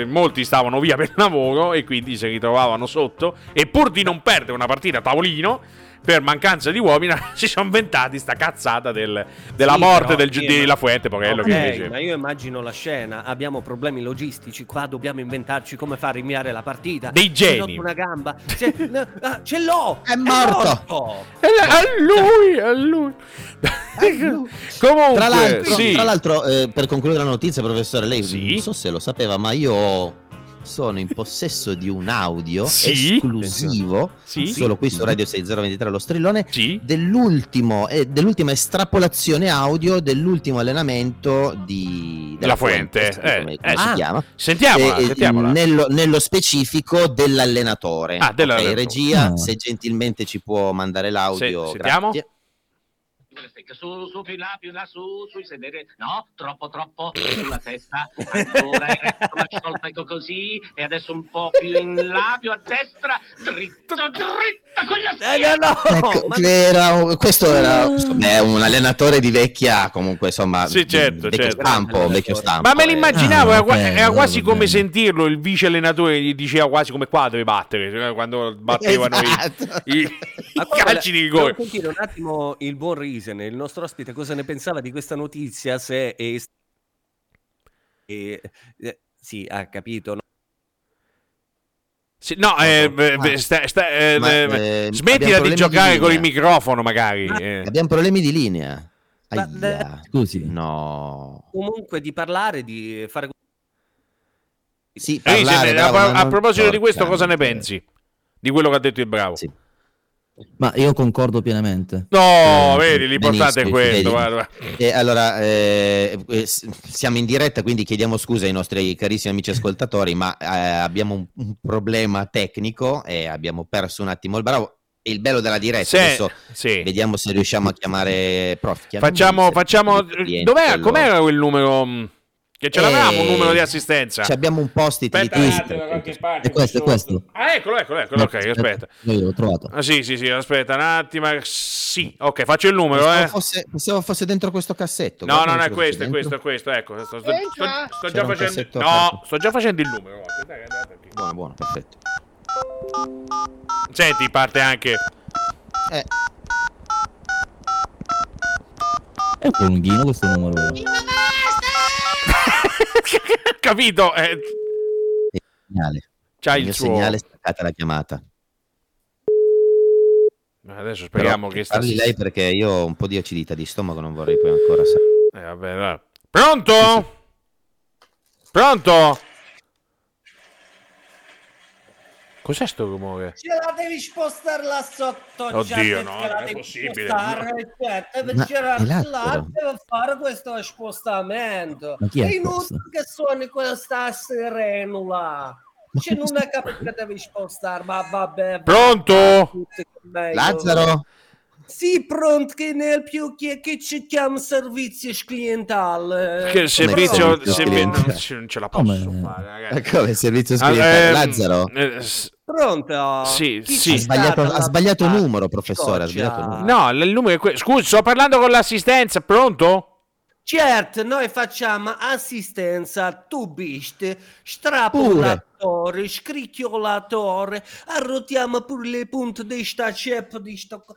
eh, molti stavano via [laughs] per lavoro e quindi si ritrovavano sotto e pur di non perdere una partita a tavolino per mancanza di uomini [laughs] si sono inventati sta cazzata del- della
Sì,
morte
però,
del, gi-
sì,
di
ma-
La Fuente, Porello,
Ok,
che invece...
ma io immagino la scena, abbiamo problemi logistici, qua dobbiamo inventarci come far rinviare la partita.
Dei
Si è
geni.
rotto una gamba. si è- no, ah, ce l'ho! È
morto.
Eh,
Cioè,
A lui, a lui.
Eh,
[laughs] Comunque,
Tra l'altro,
sì.
tra l'altro, eh, per concludere la notizia, professore, lei non so se lo sapeva, ma io sono in possesso di un audio
Sì.
esclusivo,
Sì.
solo qui su Radio 6023 lo strillone, dell'ultimo, eh, dell'ultima estrapolazione audio dell'ultimo allenamento di,
La Fuente,
sì, come-
eh,
come
eh,
si
sì.
chiama?
Sentiamola,
Eh, eh,
sentiamola.
Nello, nello specifico dell'allenatore.
Ah, dell'allenatore.
Ok, regia,
Ah.
se gentilmente ci può mandare l'audio.
Se- sentiamo?
grazie.
Su, su, più in là, più in là, su, sui sedere. No, troppo, troppo. Sulla testa. Ancora eretto, ma sciolto, ecco così. E adesso un po' più in là, più a destra. Dritto, dritta, con la
Eh,
schiena.
Oh,
Ecco, era un- questo era insomma, è un allenatore di vecchia comunque insomma
Sì, certo,
vecchio
certo.
stampo vecchio stampo
Ma me
[laughs]
l'immaginavo,
Ah,
era, qua-
ok,
era quasi
va
come
bene.
sentirlo, il vice allenatore gli diceva quasi come qua deve battere, cioè, quando battevano i-
Esatto.
i, i calci di rigore.
Devo sentire un attimo il buon Risen, il nostro ospite, cosa ne pensava di questa notizia? Se è... e- eh, sì, ha capito. no?
Sì, no, eh, beh, beh, sta- sta- eh,
Ma,
beh,
eh,
smettila
abbiamo
di
problemi
giocare
di
con il
linea.
microfono magari. eh.
abbiamo problemi di linea
Ma-
Aia,
Scusi.
no
Comunque di parlare, di fare...
sì,
Risen,
parlare,
eh, a-
bravo,
a,
ma non-
proposito di questo,
Porca
cosa ne
miseria.
pensi? Di quello che ha detto il bravo.
Ma io concordo pienamente.
No,
Eh,
vedi, l'importante è
Mm, Benissimo,
questo.
vedi.
guarda.
E allora, eh, eh, s- siamo in diretta, quindi chiediamo scusa ai nostri carissimi amici ascoltatori, ma eh, abbiamo un, un problema tecnico e abbiamo perso un attimo il bravo. E Il bello della diretta,
Se-
adesso
sì.
vediamo se riusciamo a chiamare prof. chiamiamoli,
Facciamo,
se-
facciamo.
clienti,
Dov'era,
allora.
Com'era quel numero? mh, Che ce l'avevamo un
Eh,
numero di assistenza.
ci abbiamo un post-it di
Aspetta un attimo, da
Twitter.
qualche parte.
È questo, è questo.
Ah, eccolo, eccolo, eccolo. Ok, aspetta.
Io l'ho trovato.
Ah, sì, sì, sì, aspetta un attimo. eh, Sì, ok, faccio il numero,
Pensavo
eh.
fosse, pensavo fosse dentro questo cassetto.
No,
guarda
no, no,
come
è
ci
questo, è
dentro.
questo, è questo. Ecco, sto, sto- sto- sto
C'era
già
un
facendo.
cassetto
No,
aperto. Boh.
sto già facendo il numero. Aspetta che-
Buono, buono, perfetto.
Senti, parte anche.
Eh.
È un po' lunghino questo numero.
[laughs] Ecco, Capito? Eh,
Segnale.
C'ha
mio
il suo.
segnale è staccata la chiamata.
Adesso speriamo
Però eh,
che sta.
Parli lei perché io ho un po' di acidità di stomaco, non vorrei poi ancora sapere.
Eh, vabbè, va. Pronto? Pronto? Cos'è sto rumore?
Ce la devi spostare là sotto.
Oddio,
gente,
no,
ce la
non è
devi
possibile.
Spostare, certo,
Ma
perché
è
la-
là,
là
però.
deve fare questo spostamento.
Ma chi è
è inutile che suoni questa sirenula. Cioè, non è capito che devi spostare, ma vabbè.
Pronto?
meglio.
Lazzaro?
Sì, pronto che nel più chi è che ci chiama servizio clientale.
Che il servizio.
servizio
se-
cliente?
non, ce- non ce la posso fare, ragazzi.
Come il servizio
Eh. Ah,
scrive
ehm,
Ecco, Lazzaro?
eh, s-
Pronto?
Sì,
Chi
sì.
Ha
c'è
sbagliato,
stata
ha
la-
sbagliato numero, professore. Ha sbagliato numero.
No, il numero è que- Scusi, sto parlando con l'assistenza, pronto?
Certo, noi facciamo assistenza tubisti, strapolatori, scricchiolatore, arrotiamo pure le punte di sta ceppa di sta... co-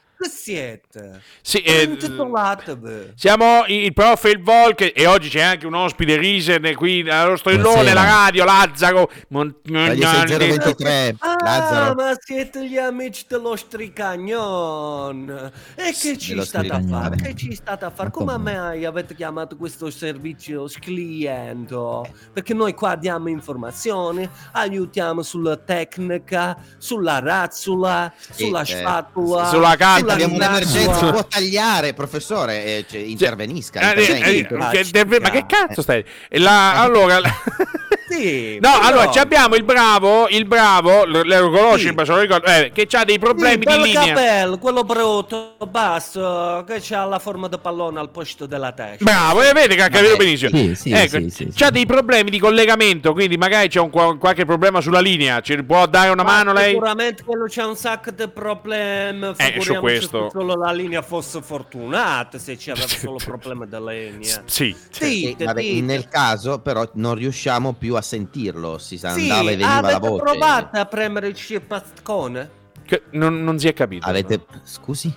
Che siete?
Sì, eh,
Intitolatevi.
siamo i- il prof e il Volk e oggi c'è anche un ospite Risen qui allo strillone,
Buonasera.
la radio, Lazzaro. Mon-
Voglio sei 023,
Ah,
Lazzaro.
ma siete gli amici dello stricagnon. E che ci
dello
state a
Stricagnon.
fare? Che ci state a fare?
Ma
Come
come?
mai avete chiamato questo servizio cliente? Perché noi qua diamo informazioni, aiutiamo sulla tecnica, sulla razzula, sulla
eh,
spatola,
sulla carta.
Abbiamo
spatola.
un'emergenza, [laughs] può tagliare, professore, eh, cioè, intervenisca.
Eh, eh,
intervenga,
eh,
intervenga.
che deve- ma che cazzo stai? E la-
Eh.
allora,
[laughs]
la-
Sì,
no,
però-
allora ci abbiamo il bravo, il bravo, lo, lo conosci,
Sì.
ma se lo ricordo, eh, che ha dei
Sì,
problemi di
bello
linea.
capello, quello brutto, basso, che c'ha la forma di pallone al posto della testa.
Bravo, e vede che ha capito
Vabbè,
benissimo.
sì, sì,
ecco,
sì, sì,
c'ha
sì.
dei problemi di collegamento, quindi magari c'è un qua- qualche problema sulla linea. Ci può dare una
Ma
mano lei? Eh,
Sicuramente quello c'è un sacco di problemi. Figuriamoci
su questo.
se solo la linea fosse fortunata, se c'era
[laughs]
solo problemi della linea.
Sì.
Sì,
Dite,
cioè, vabbè,
dite.
nel caso però non riusciamo più a sentirlo, si sa,
Sì,
andava e veniva la
avete
voce. eh.
provato a premere il cipaccone?
Che- non, non si è capito.
Avete scusi?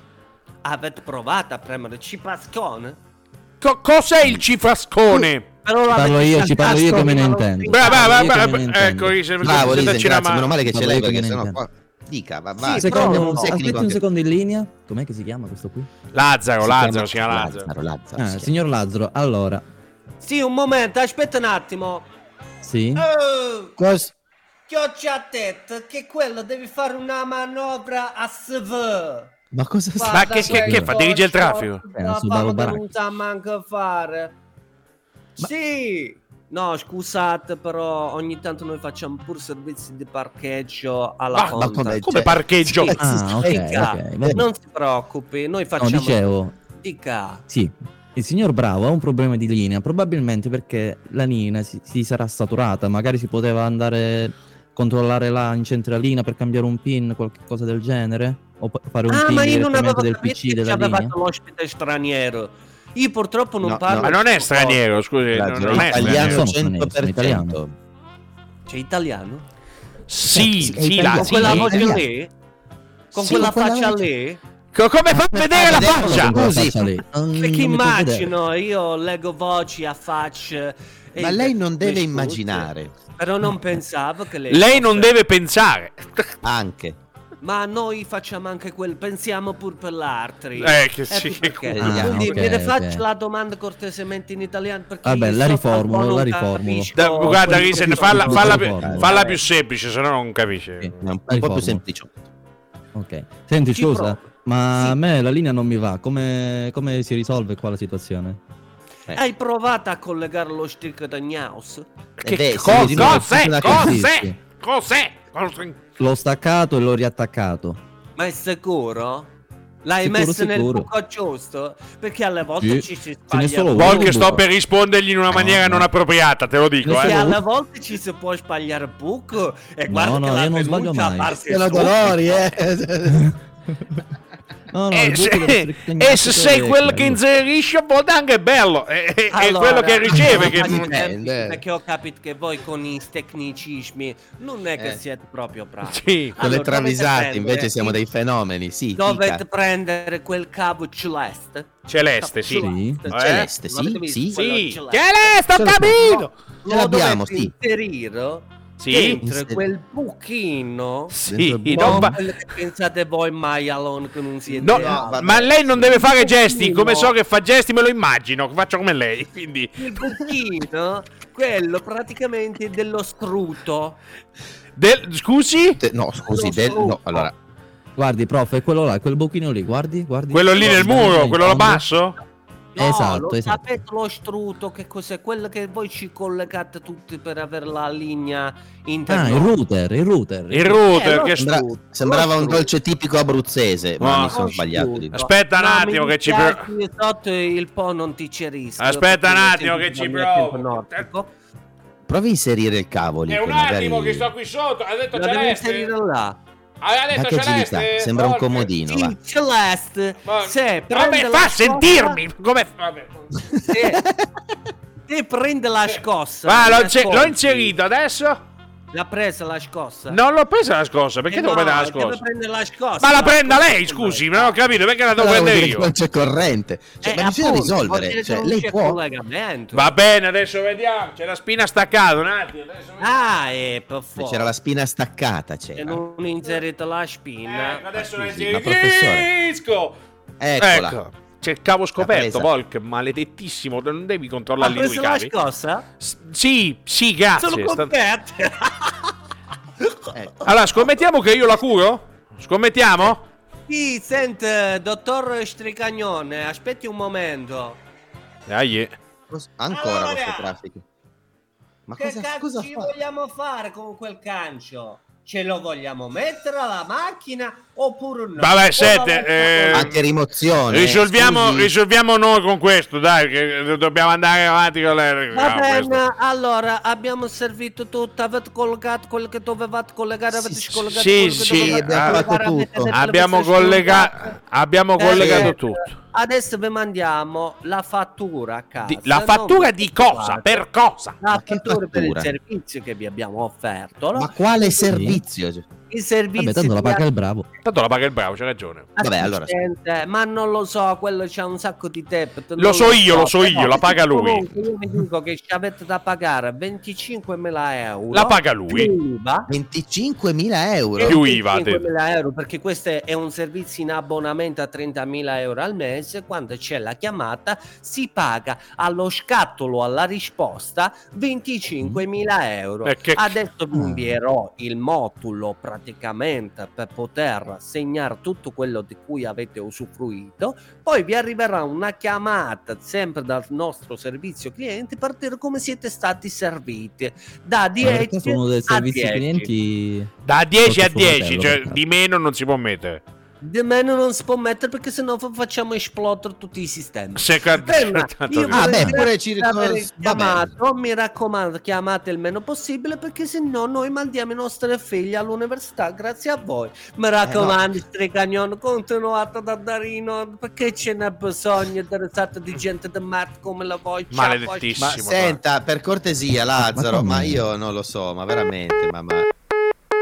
Avete provato a premere il cipaccone?
Co- cos'è il cifrascone?
Però
Parlo
l'avete
io, ci parlo io come ne
cascato,
intendo.
Brava, brava,
Parlo io come
brava,
ne
ecco,
intendo.
Risen,
Bravo,
se- se-
Risen,
se-
grazie,
ma-
meno male che ce
Vabbè,
l'hai
come
perché
ne
sennò
intendo.
qua dica, va,
Sì,
va.
Un
però
secondo,
abbiamo un
aspetti
tecnico
un
anche-
secondo in linea. Com'è che si chiama questo qui?
Lazzaro,
si
Lazzaro,
chiama-
signor Lazzaro.
Lazzaro, Lazzaro,
Ah,
si chiama.
signor Lazzaro, allora.
Sì, un momento, aspetta un attimo.
Sì?
Oh!
Cos-
Che ho già detto che quello devi fare una manovra a SV.
Ma cosa
Ma che- che- che fa?
questo
Dirige il
short
traffico?
non
Eh, non
la
so,
fanno
Paolo Baracchi.
non sa manco fare. Sì. No, scusate, però ogni tanto noi facciamo pur servizi di parcheggio alla
Ah,
fonte.
come-
Come
Cioè-
parcheggio?
Sì,
Ah,
sì,
ok,
dica.
ok, va bene.
Non si preoccupi, noi
No,
facciamo
dicevo,
dica.
sì. Il signor Bravo ha un problema di linea, probabilmente perché la linea si, si sarà saturata, magari si poteva andare controllare là in centralina per cambiare un pin, qualcosa del genere, o p- fare un
Ah,
pin
ma io non
direttamente
avevo
del
capito
PC
che
della
c'aveva
linea.
l'ospite straniero. Io purtroppo non
No,
parlo.
Ma non è straniero, scusi, Eh, non,
Lazzaro,
non è
italiano
straniero.
Sono straniero, sono
100%.
italiano.
C'è Cioè, italiano?
Sì,
Sì, è
sì,
italiano.
la,
Con
sì.
quella
è
voce
italiano.
lì? Con
Sì,
quella
con quella
faccia
voce.
lì?
Co- Come fa a vedere la
vedetelo,
faccia?
con- Scusi.
Perché immagino, io leggo voci a facce. e-
Ma lei non deve
mi scusi,
immaginare,
Però non pensavo che lei.
Lei non
fosse-
deve pensare.
anche.
Ma noi facciamo anche quel. Pensiamo pur per l'altri.
Eh, che sì,
Ecco
che
perché.
culo.
Ah,
Quindi
ok,
mi
ok.
rifaccio la domanda cortesemente in italiano. Perché
Vabbè,
io
la
so
riformulo,
tanto
la
non
riformulo.
capisco
Da- guarda,
quello che
Risen,
dico.
falla, falla più,
Controforo.
falla più semplice, se no non capisce.
Sì.
È un po' più
Riformulo.
semplice.
Ok. Senti,
Ci
scusa,
provo.
ma
Sì.
a me la linea non mi va. Come, come si risolve qua la situazione?
Hai provato a collegare lo stick da Gnaus?
Che
Eh beh,
cosa-
se mi dico-
cos'è?
funziona
Cos'è?
così.
Cos'è? Cos'è?
L'ho staccato e l'ho riattaccato.
Ma è sicuro? L'hai
Sicuro,
messo nel
sicuro.
buco giusto? Perché alle volte
Sì.
ci si
Ce n'è
sbaglia.
solo
pure.
uno.
Vol che sto
buco.
per rispondergli in una
No,
maniera
no.
non appropriata, te lo dico,
Ne
Perché
eh.
so-
alle volte ci si può sbagliare buco e
No,
guarda
no,
che la
io non
denuncia
eh.
sbaglio mai.
parte
Che la
subito.
dolori, eh.
[laughs] No, no,
Eh,
il
se,
buco dello stretto
eh, se sei
è
quello che inserisce a volte anche è bello, è, è- è quello che riceve. Che...
Perché ho capito che voi con i tecnicismi non è che
Eh.
siete proprio bravi.
[laughs]
con le
Allora,
travisate
dovete
invece
prendere- eh,
siamo dei fenomeni, sì.
Dovete
fica.
prendere quel cavo celeste.
Celeste,
sì.
Eh?
Celeste, sì,
L'avete visto
sì.
quello
Sì.
celeste?
Celeste, ho
Lo-
capito!
Lo,
Ce l'abbiamo,
dovete
sì.
inserire
Sì.
dentro
Inserire.
quel buchino.
Sì,
non
non va-
quello che pensate voi maialon che non siete.
No,
altro.
ma lei non deve fare gesti,
Buchino.
come so che fa gesti me lo immagino, faccio come lei, quindi...
Il buchino, quello praticamente dello struto.
Del- scusi?
Te- no, scusi, del- no, allora,
Guardi, prof, è quello là, è quel buchino lì, guardi, guardi.
Quello lì nel muro, quello là
là
basso?
No,
esatto,
lo
esatto.
sapete lo struto che cos'è? Quello che voi ci collegate tutti per avere la linea
Ah, il
internet.
router, il router.
Il router, che
sembra-
stru-
sembrava un
Nostro.
dolce tipico abruzzese, ma
Ah.
mi sono sbagliato. di-
Aspetta un attimo che ci pro-
Sotto il po' non ti c'è rischio.
Aspetta un
perché
attimo
io
che ci
sento dal mio tempo
provo.
nordico.
Provi a inserire il cavolo.
È un attimo che sto qui sotto, ha detto
La devi
Celeste.
inserire là.
Ha
Dato
detto
agilità,
Celeste.
sembra un
forte.
comodino, va.
Il Celeste, se prende
Come
la
fa a
scossa-
sentirmi? Come fa? vabbè.
[laughs]
Se, se prende la scossa.
Va, l'ho,
la
inse-
scossa.
l'ho inserito adesso?
L'ha presa la scossa.
Non l'ho presa la scossa, perché
Eh
devo
no,
prendere la
deve
scossa?
prendere la scossa.
Ma la prenda
scossa
lei,
prende
scusi, non ho capito perché la devo
Allora, vuol
prendere
dire che
io.
Non c'è corrente. Cioè,
Eh,
ma bisogna
appunto, vuol
risolvere.
dire che
Cioè,
non
lei
c'è
può.
certo collegamento.
Va bene, adesso vediamo. C'è la spina staccata un attimo. adesso vediamo.
Ah, e per
Cioè,
forza.
C'era la spina staccata. C'era.
Se non inserite la spina.
Ecco, adesso la
scusi, ma professore.
inserisco.
Eccola.
Ecco. C'è il cavo scoperto,
presa.
Volk, maledettissimo, non devi
ha
controllarli tu i
preso la
cavi.
scossa?
S- sì, Ah, sì, grazie.
Sono
sta-
contento. [laughs]
Ecco.
Allora, scommettiamo che io la curo? Scommettiamo?
Sì, sente, dottor Stricagnone, aspetti un momento.
Dai.
Cos- Ancora
Allora.
questo traffico. Ma
che
cosa,
cazzo
cosa
ci
fa?
vogliamo fare con quel cancio? Ce lo vogliamo mettere alla macchina oppure no?
Vabbè,
O
sente,
la mettiamo-
eh,
Anche rimozione. eh,
Risolviamo,
scusi.
risolviamo noi con questo, dai, che dobbiamo andare avanti con le...
Va
ah,
bene,
questo.
allora abbiamo servito tutto, avete collegato quello che dovevate collegare, avete scollegato
sì,
quello che
sì,
dovevate
abbiamo
fatto
collegare, avete
tutto.
detto le
Abbiamo,
vostre
collega-
stronzate.
abbiamo
Eh,
collegato
eh,
tutto.
Adesso vi mandiamo la fattura a
Ah,
casa.
Di- la
non
fattura
vi
di
preoccupate.
cosa? Per cosa?
La
Ma che
fattura per il
fattura?
servizio che vi abbiamo offerto. no?
Ma quale servizio? Cioè,
I
Vabbè,
servizi
tanto la
di
paga il bravo.
Tanto la paga il bravo, c'è ragione.
Vabbè, allora.
assistenza, ma non lo so, quello c'ha un sacco di tempo.
Lo so io, lo so io, la paga lui.
Io vi dico che ci avete da pagare 25.000 euro.
La paga lui.
più IVA.
25.000 euro.
Più IVA, ha detto.
25.000 euro perché questo è un servizio in abbonamento a 30.000 euro al mese quando c'è la chiamata si paga allo scattolo alla risposta
Mm.
25.000 euro
Eh, che-
Ah.
adesso
Mm.
vi invierò il modulo praticamente per poter segnare tutto quello di cui avete usufruito poi vi arriverà una chiamata sempre dal nostro servizio clienti per dire come siete stati serviti da
Ma in realtà
10
sono dei
a
servizi
10.
clienti.
Da 10 a
Sotto suo
10,
fratello,
cioè
per caso.
di meno non si può mettere.
Di meno non si può mettere perché sennò fa- facciamo esplodere tutti i sistemi.
Se ca-
Ferma,
[laughs] tanto-
io
Ah, beh,
vorrei
pure ci
aver
ricor-
chiamato, mi raccomando, chiamate il meno possibile perché se no noi mandiamo i nostri figli all'università grazie a voi.
Eh,
Mi raccomando, Stricagnon, continuate ad andarino perché ce n'è bisogno interessate di gente di Mart come la voi. Ciao,
Ma
Maledettissimo.
senta, per cortesia, Lazzaro,
come?
ma io non lo so, ma veramente, ma, ma...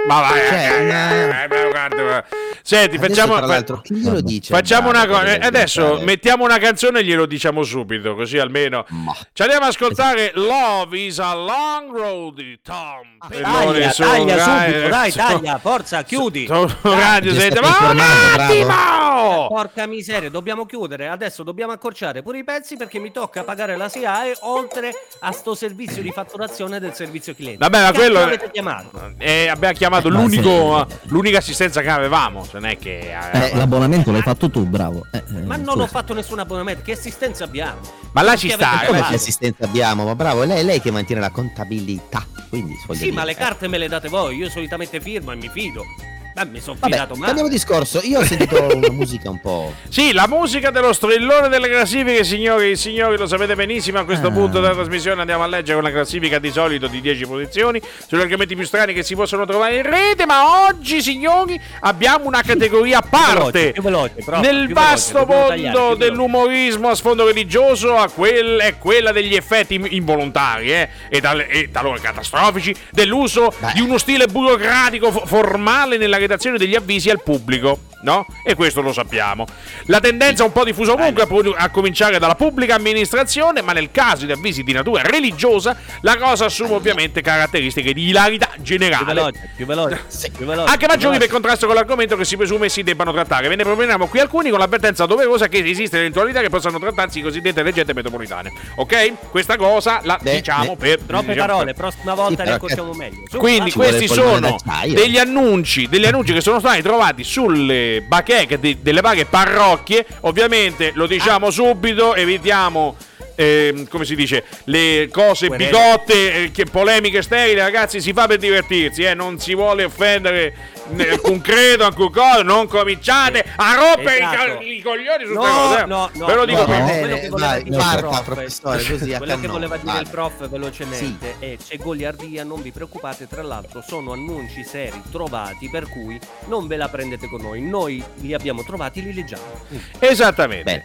Ma vai,
Cioè,
eh,
ma-
eh, ma guarda, ma- Senti,
Adesso,
facciamo,
tra l'altro, chi glielo dice?
facciamo
Bravo,
una cosa.
dovrebbe
Adesso
entrare.
mettiamo una canzone e glielo diciamo subito, così almeno.
Ma-
Ci andiamo ad
[laughs]
ascoltare Love is a Long Road di Tom. Perrone
poi. Ah, Taglia,
su
taglia
Rai-
subito,
[laughs]
dai,
su-
taglia, forza, chiudi.
su Radio
Ti
Sette.
stai
Ma un
informando,
attimo!
Eh, Porca miseria, dobbiamo chiudere. Adesso dobbiamo accorciare pure i pezzi perché mi tocca pagare la SIAE oltre a sto servizio di fatturazione del servizio cliente.
Vabbè, ma
Cazzo
quello-
avete chiamato?
Eh, abbiamo chiamato
Eh, ma
l'unico,
sì.
l'unica assistenza che avevamo. se Non è che.
Eh, l'abbonamento l'hai fatto tu, bravo. Eh, eh,
Ma non
scusa.
ho fatto nessun abbonamento. Che assistenza abbiamo?
Ma là ci
Perché
sta.
avete
eh,
Come
bravo.
che assistenza abbiamo? Ma bravo, lei è lei che mantiene la contabilità. Quindi, voglio
Sì,
dire,
ma le
eh.
carte me le date voi. Io solitamente firmo e mi fido. Ma mi sono
Vabbè,
fidato male.
cambiamo discorso. Io ho sentito una musica un po'.
Sì, la musica dello strillone delle classifiche, signori, signori, lo sapete benissimo. A
Eh.
questo punto della trasmissione andiamo a leggere una classifica di solito di 10 posizioni sugli argomenti più strani che si possono trovare in rete. Ma oggi, signori, abbiamo una categoria a parte.
più veloce, prof,
nel
più veloce,
vasto
dobbiamo tagliare, più
mondo
veloce.
dell'umorismo a sfondo religioso a quel- è quella degli effetti im- involontari eh, e, tal- e talora catastrofici dell'uso di uno stile burocratico fo- formale nella redazione degli avvisi al pubblico. No? E questo lo sappiamo. La tendenza un po' diffusa ovunque, a pro- a cominciare dalla pubblica amministrazione, ma nel caso di avvisi di natura religiosa, la cosa assume ovviamente caratteristiche di ilarità generale.
Più veloce, più veloce, più veloce.
Anche
più
maggiori per
veloce.
contrasto con l'argomento che si presume si debbano trattare. Ve ne proponiamo qui alcuni con l'avvertenza doverosa che esiste eventualità che possano trattarsi di cosiddette leggende metropolitane. Ok? Questa cosa la diciamo per.
Troppe
diciamo-
parole, prossima volta
però eh.
ne accorciamo meglio. Su,
Quindi
vai.
questi sono degli annunci, degli annunci che sono stati trovati sulle bacheche di- delle varie parrocchie. Ovviamente lo diciamo subito, evitiamo. ehm, come si dice le cose
Querele.
bigotte eh, che polemiche sterili ragazzi si fa per divertirsi eh, non si vuole offendere
[laughs]
né alcun credo alcun cosa non cominciate a rompere i
Esatto.
ca- i, coglioni su
No,
questa cosa eh.
no, no,
ve lo dico
no,
proprio.
quello
Bene,
che voleva
Eh, vai,
dire il
parta,
prof, eh,
professore, così a
[laughs] quello che
cannone,
voleva dire
vai.
il prof velocemente è c'è goliardia, non vi preoccupate, tra l'altro sono annunci seri trovati per cui non ve la prendete con noi, noi li abbiamo trovati, li leggiamo.
Esattamente.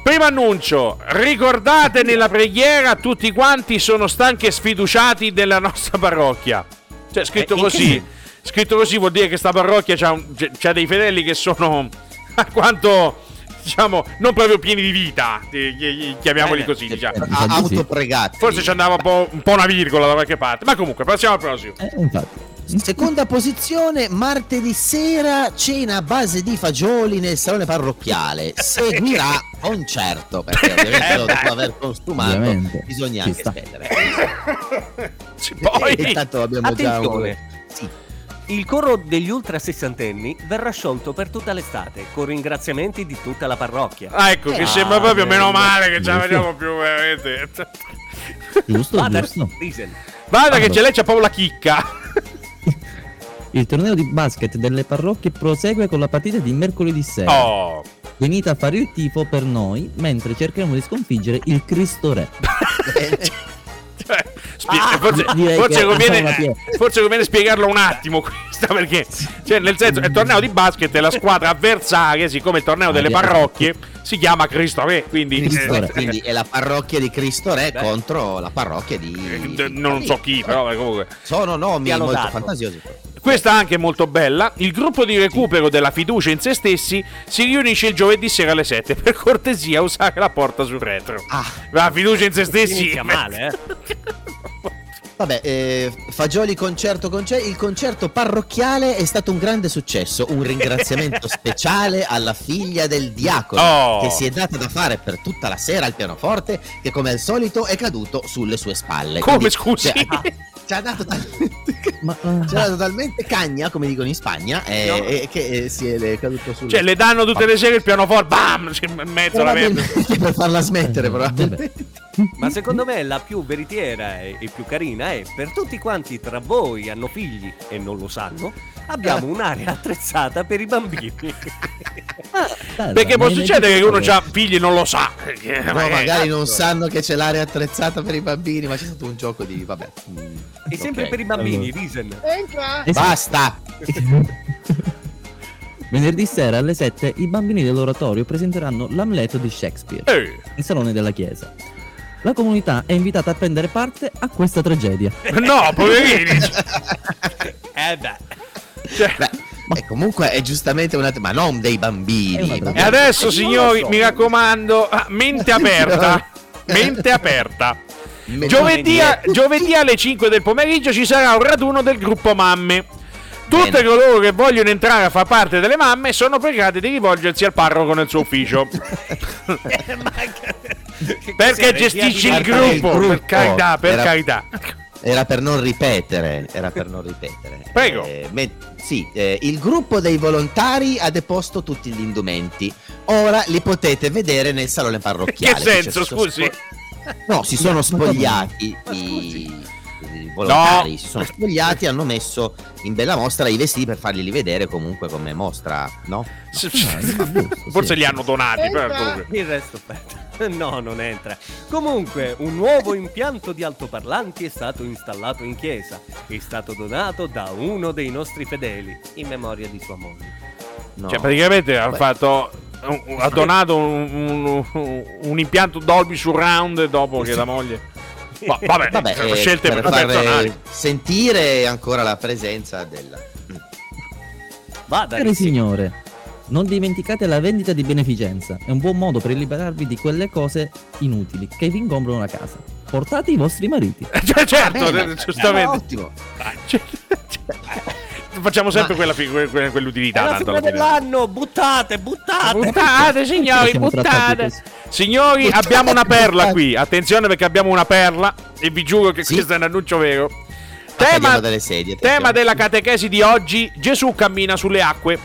Primo annuncio, ricordate nella preghiera tutti quanti sono stanchi e sfiduciati della nostra parrocchia. Cioè, scritto
Eh, in che
così,
senso?
scritto così vuol dire che sta parrocchia c'ha, un- c'è- c'ha dei fedeli che sono [laughs] alquanto, diciamo, non proprio pieni di vita, eh, chi- chiamiamoli così,
eh, certo.
diciamo.
Autopregati.
Forse ci andava un po', un po' una virgola da qualche parte, ma comunque passiamo al
[coughs]
prossimo.
Eh,
Seconda posizione, martedì sera, cena a base di fagioli nel
[laughs]
salone parrocchiale. Seguirà concerto, perché
Eh,
ovviamente lo- dopo aver consumato
Ovviamente.
bisogna
Ci
anche
sta.
spendere.
Poi-
Intanto abbiamo già un...
Attenzione. Il coro degli ultra sessantenni verrà sciolto per tutta l'estate con ringraziamenti di tutta la parrocchia.
Ah, ecco, che
Ah,
sembra proprio meno
bello.
male che ce la
Giusto.
vediamo più veramente.
[laughs] Giusto,
Vada,
giusto.
Riesel.
Guarda che c'è lei c'ha proprio la chicca.
Il torneo di basket delle parrocchie prosegue con la partita di mercoledì sera.
Oh.
Venite a fare il tifo per noi mentre cercheremo di sconfiggere il Cristo Re.
Cioè, spie- forse,
direi
forse
che-
conviene,
insomma,
eh, forse conviene spiegarlo un attimo questa perché cioè, nel senso il torneo di basket è la squadra avversaria siccome il torneo delle parrocchie si chiama Cristo Re quindi,
Cristo
eh,
Re, quindi è la parrocchia di Cristo Re contro la parrocchia di...
eh, non so chi però eh, comunque
Sono nomi
Piano
molto
dato.
fantasiosi.
Questa anche è molto bella. Il gruppo di recupero della fiducia in se stessi si riunisce il giovedì sera alle 7. Per cortesia, usare la porta sul retro. La fiducia in se stessi.
Inizia male, eh.
Vabbè, eh, Fagioli concerto concerto. Il concerto parrocchiale è stato un grande successo. Un
[laughs]
ringraziamento speciale alla figlia del diacono
[laughs] Oh.
che si è data da fare per tutta la sera al pianoforte, che come al solito è caduto sulle sue spalle.
Come,
Quindi,
scusi?
cioè, ha- Ci ha dato talmente, [laughs] ci
eh,
ha dato talmente cagna, come dicono in Spagna, eh, eh, che eh, si è eh, caduto sulle
Cioè, le danno tutte le sere il pianoforte. Bam! In mezzo alla merda.
Probabilmente per farla
eh,
smettere, probabilmente.
Ma secondo me la più veritiera e, e più carina è per tutti quanti tra voi hanno figli e non lo sanno, abbiamo un'area attrezzata per i bambini.
Perché può
Ma in
succedere che uno
effetti-
ha figli e non lo sa.
No,
Eh,
magari non sanno che c'è l'area attrezzata per i bambini, ma c'è stato un gioco di. vabbè.
E sempre per i bambini, Risen.
Entra!
Eh sì.
Basta!
Venerdì sera alle 7 i bambini dell'oratorio presenteranno l'Amleto di Shakespeare
Eh.
nel salone della chiesa. La comunità è invitata a prendere parte a questa tragedia.
No, [laughs] poverini.
Eh beh.
Beh, e comunque è giustamente una. ma non dei bambini.
Eh, E adesso, signori, mi
raccomando.
raccomando, ah, mente [laughs] aperta. Mente aperta. Giovedì, [laughs] a- giovedì alle 5 del pomeriggio ci sarà un raduno del gruppo mamme. Tutte coloro che vogliono entrare a far parte delle mamme sono pregate di rivolgersi al parroco nel suo [laughs] ufficio. Perché gestisci il gruppo, per carità, per
Era-
carità.
Era per non ripetere, era per non ripetere.
Prego.
Eh, me- sì, eh, il gruppo dei volontari ha deposto tutti gli indumenti. Ora li potete vedere nel salone parrocchiale.
Che
Cioè,
senso,
si sono
scusi?
spo- No, si sono spogliati i, i volontari, si sono spogliati e hanno messo in bella mostra i vestiti per farglieli vedere comunque come mostra, no?
[laughs] Forse li hanno donati. però comunque.
Il resto aspetta. [laughs] No, non entra. Comunque, un nuovo impianto di altoparlanti è stato installato in chiesa. È stato donato da uno dei nostri fedeli, in memoria di sua moglie.
No.
Cioè, praticamente ha
Beh.
fatto. Ha donato un, un- un- un impianto Dolby Surround dopo che la moglie. Ma, vabbè,
eh,
scelte
per far [laughs]
personali.
eh, sentire ancora la presenza della...
Vada,
Cari signore, non dimenticate la vendita di beneficenza. È un buon modo per liberarvi di quelle cose inutili che vi ingombrano la casa. Portate i vostri mariti.
Cioè, certo,
Bene,
eh, giustamente.
eh, ottimo.
Cioè, [laughs] Facciamo sempre quella fi- que- que-
È
quell'utilità.
la
tanto alla
fine
fine.
dell'anno, buttate, buttate.
Buttate, signori,
Siamo trattati
buttate.
così.
Signori, abbiamo una perla qui. Attenzione perché abbiamo una perla. E vi giuro che questo è un annuncio vero. Tema,
Tema delle sedie.
tema della catechesi di oggi: Gesù cammina sulle acque.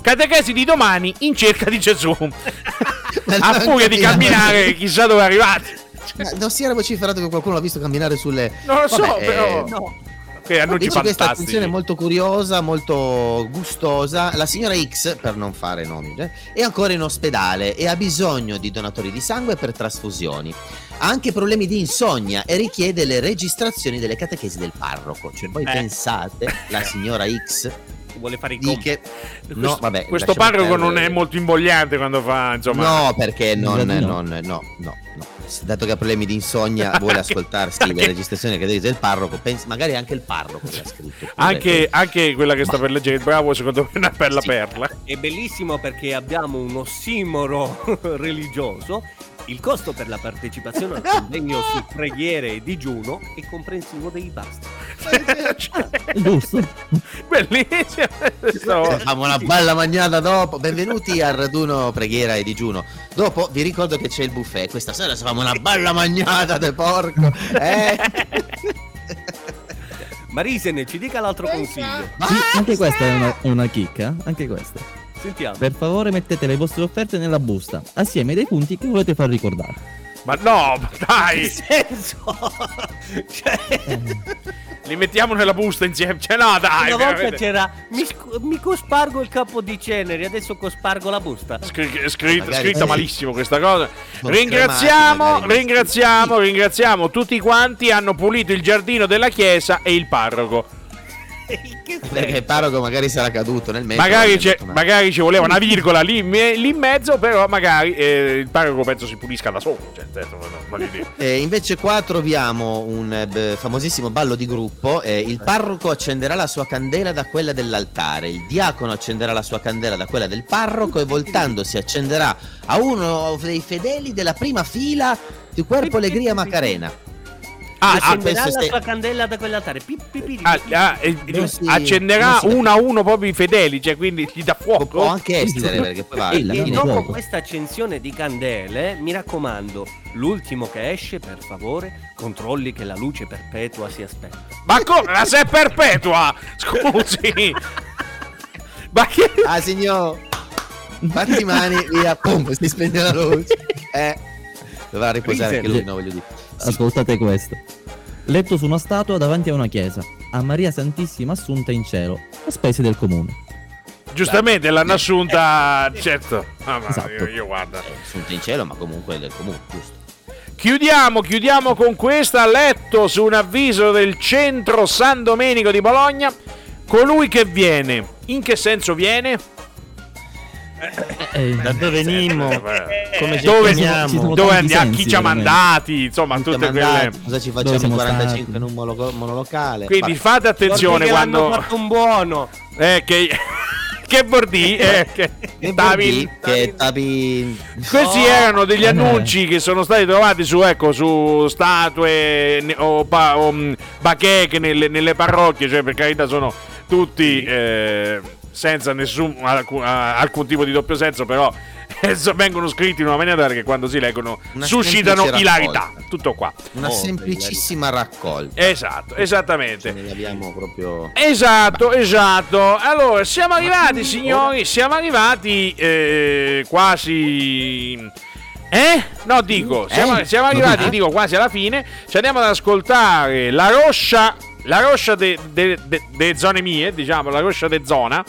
Catechesi di domani in cerca di
[laughs]
Gesù. A furia di camminare, chissà dove arrivate.
Ma Eh, non si era vociferato che qualcuno l'ha visto camminare sulle...
Non lo so,
Vabbè,
però.
eh,
Che annunci
Dice questa
fantastici.
attenzione molto curiosa, molto gustosa. La signora X, per non fare nomi, eh, è ancora in ospedale e ha bisogno di donatori di sangue per trasfusioni. Ha anche problemi di insonnia e richiede le registrazioni delle catechesi del parroco. Cioè, voi
Eh.
pensate, la
[laughs]
signora X
Vuole fare i
di
compiti.
che... No, vabbè,
Questo
lasciamo
parroco non
perdere.
è molto imbogliante quando fa, insomma.
No, perché non,
Direi di no.
non- no, no, no. Dato che ha problemi di insonnia,
[laughs]
vuole ascoltarsi le registrazioni che del parroco. Pensi, magari anche il parroco l'ha scritto.
[laughs] Anche, anche quella che sta per leggere il bravo, secondo me, è una bella
eh. Sì.
perla.
È bellissimo perché abbiamo un ossimoro [laughs] religioso. Il costo per la partecipazione al convegno su preghiere e digiuno è comprensivo dei basti.
Giusto?
Bellissimo. Questo-
Facciamo una bella magnata dopo. Benvenuti al raduno preghiera e digiuno. Dopo vi ricordo che c'è il buffet. Questa sera facciamo una bella magnata
[laughs]
de porco. Eh?
Marisen, ci dica l'altro consiglio.
Sì, anche questa è una, è una chicca. eh? Anche questa.
Sentiamo.
Per favore mettete le vostre offerte nella busta, assieme ai dei punti che volete far ricordare.
Ma no, ma
Che
dai,
senso? [laughs] Cioè,
li mettiamo nella busta insieme. Cioè, no, dai.
una volta
veramente.
c'era mi, sc- mi cospargo il capo di ceneri, adesso cospargo la busta. [laughs]
Scri- scri-
Magari-
scritta
eh.
malissimo questa cosa.
Con cremati,
Ringraziamo,
magari.
ringraziamo, ringraziamo tutti quanti. Hanno pulito il giardino della chiesa e il parroco.
che
Perché il parroco magari sarà caduto nel mezzo.
Magari, c'è-
Ma-
magari ci voleva una virgola lì, in me- lì in mezzo, però magari eh, il parroco penso si pulisca da solo. Cioè, nel senso, no, voglio dire.
Eh, invece qua troviamo un eh, beh, famosissimo ballo di gruppo. eh, il parroco accenderà la sua candela da quella dell'altare, il diacono accenderà la sua candela da quella del parroco e voltandosi accenderà a uno dei fedeli della prima fila di Cuerpo Allegria Macarena.
Ah, ah,
questo
Accenderà la
ste-
sua candela da quell'altare. Pi- pi- pi-
ah,
pi-
ah, eh,
Dovresti-
accenderà
dovresti-
uno a uno proprio i fedeli, cioè quindi gli dà
Può, può
fuoco.
anche essere perché poi va
E-
alla
e
E
fine.
no-
dopo
fuoco.
questa accensione di candele, mi raccomando, l'ultimo che esce, per favore, controlli che la luce perpetua si aspetta.
Ma come? La se perpetua! Scusi! Ma che.
Ah, signor, fatti i mani, via, pum, si spegne la luce. Eh, dovrà riposare anche lui, no, voglio dire.
Ascoltate questo. Letto su una statua davanti a una chiesa, a Maria Santissima Assunta in cielo, a spese del comune.
Giustamente l'hanno assunta, certo. Ah, ma
Esatto.
io, io guarda.
Eh, assunto in cielo, ma comunque è del comune, giusto?
Chiudiamo, chiudiamo con questa a letto su un avviso del centro San Domenico di Bologna. Colui che viene, in che senso viene?
eh,
Da dove
[laughs]
venimo?
Eh,
Come ci
dove
chiamiamo?
Ci sono
dove
tanti
andiamo?
sensi,
Chi ci ha
veramente.
mandati? Insomma,
Tutte
tutte
mandate,
quelle.
Cosa ci
Dove
facciamo
siamo
45 in
stati?
un monoloco- monolocale?
Quindi
Vabbè.
fate attenzione
Guardi che l'hanno
quando.
fatto un buono.
Eh, che. [laughs] che bordi, eh, che.
Che
Davin.
bordi- che Davin-
Questi
No.
erano degli
Eh.
annunci che sono stati trovati su, ecco, su statue ne- o, pa- o, mh, bacheche nelle, nelle parrocchie, cioè per carità sono tutti eh, senza nessun alcu- a- alcun tipo di doppio senso, però [laughs] eh, so- vengono scritti in una maniera tale che quando si leggono
Una
suscitano
semplice
ilarità.
raccolta.
Tutto qua.
Una
Oh,
semplicissima raccolta.
Esatto, esattamente.
Ce ne abbiamo proprio.
Esatto, esatto. Allora, siamo
Oh.
arrivati, signori, siamo arrivati eh, quasi Eh? No, dico, siamo,
Eh?
siamo arrivati, dico, quasi alla fine. Ci andiamo ad ascoltare la roscia. La roscia de- de- de- de zone mie, diciamo, la roscia de zona,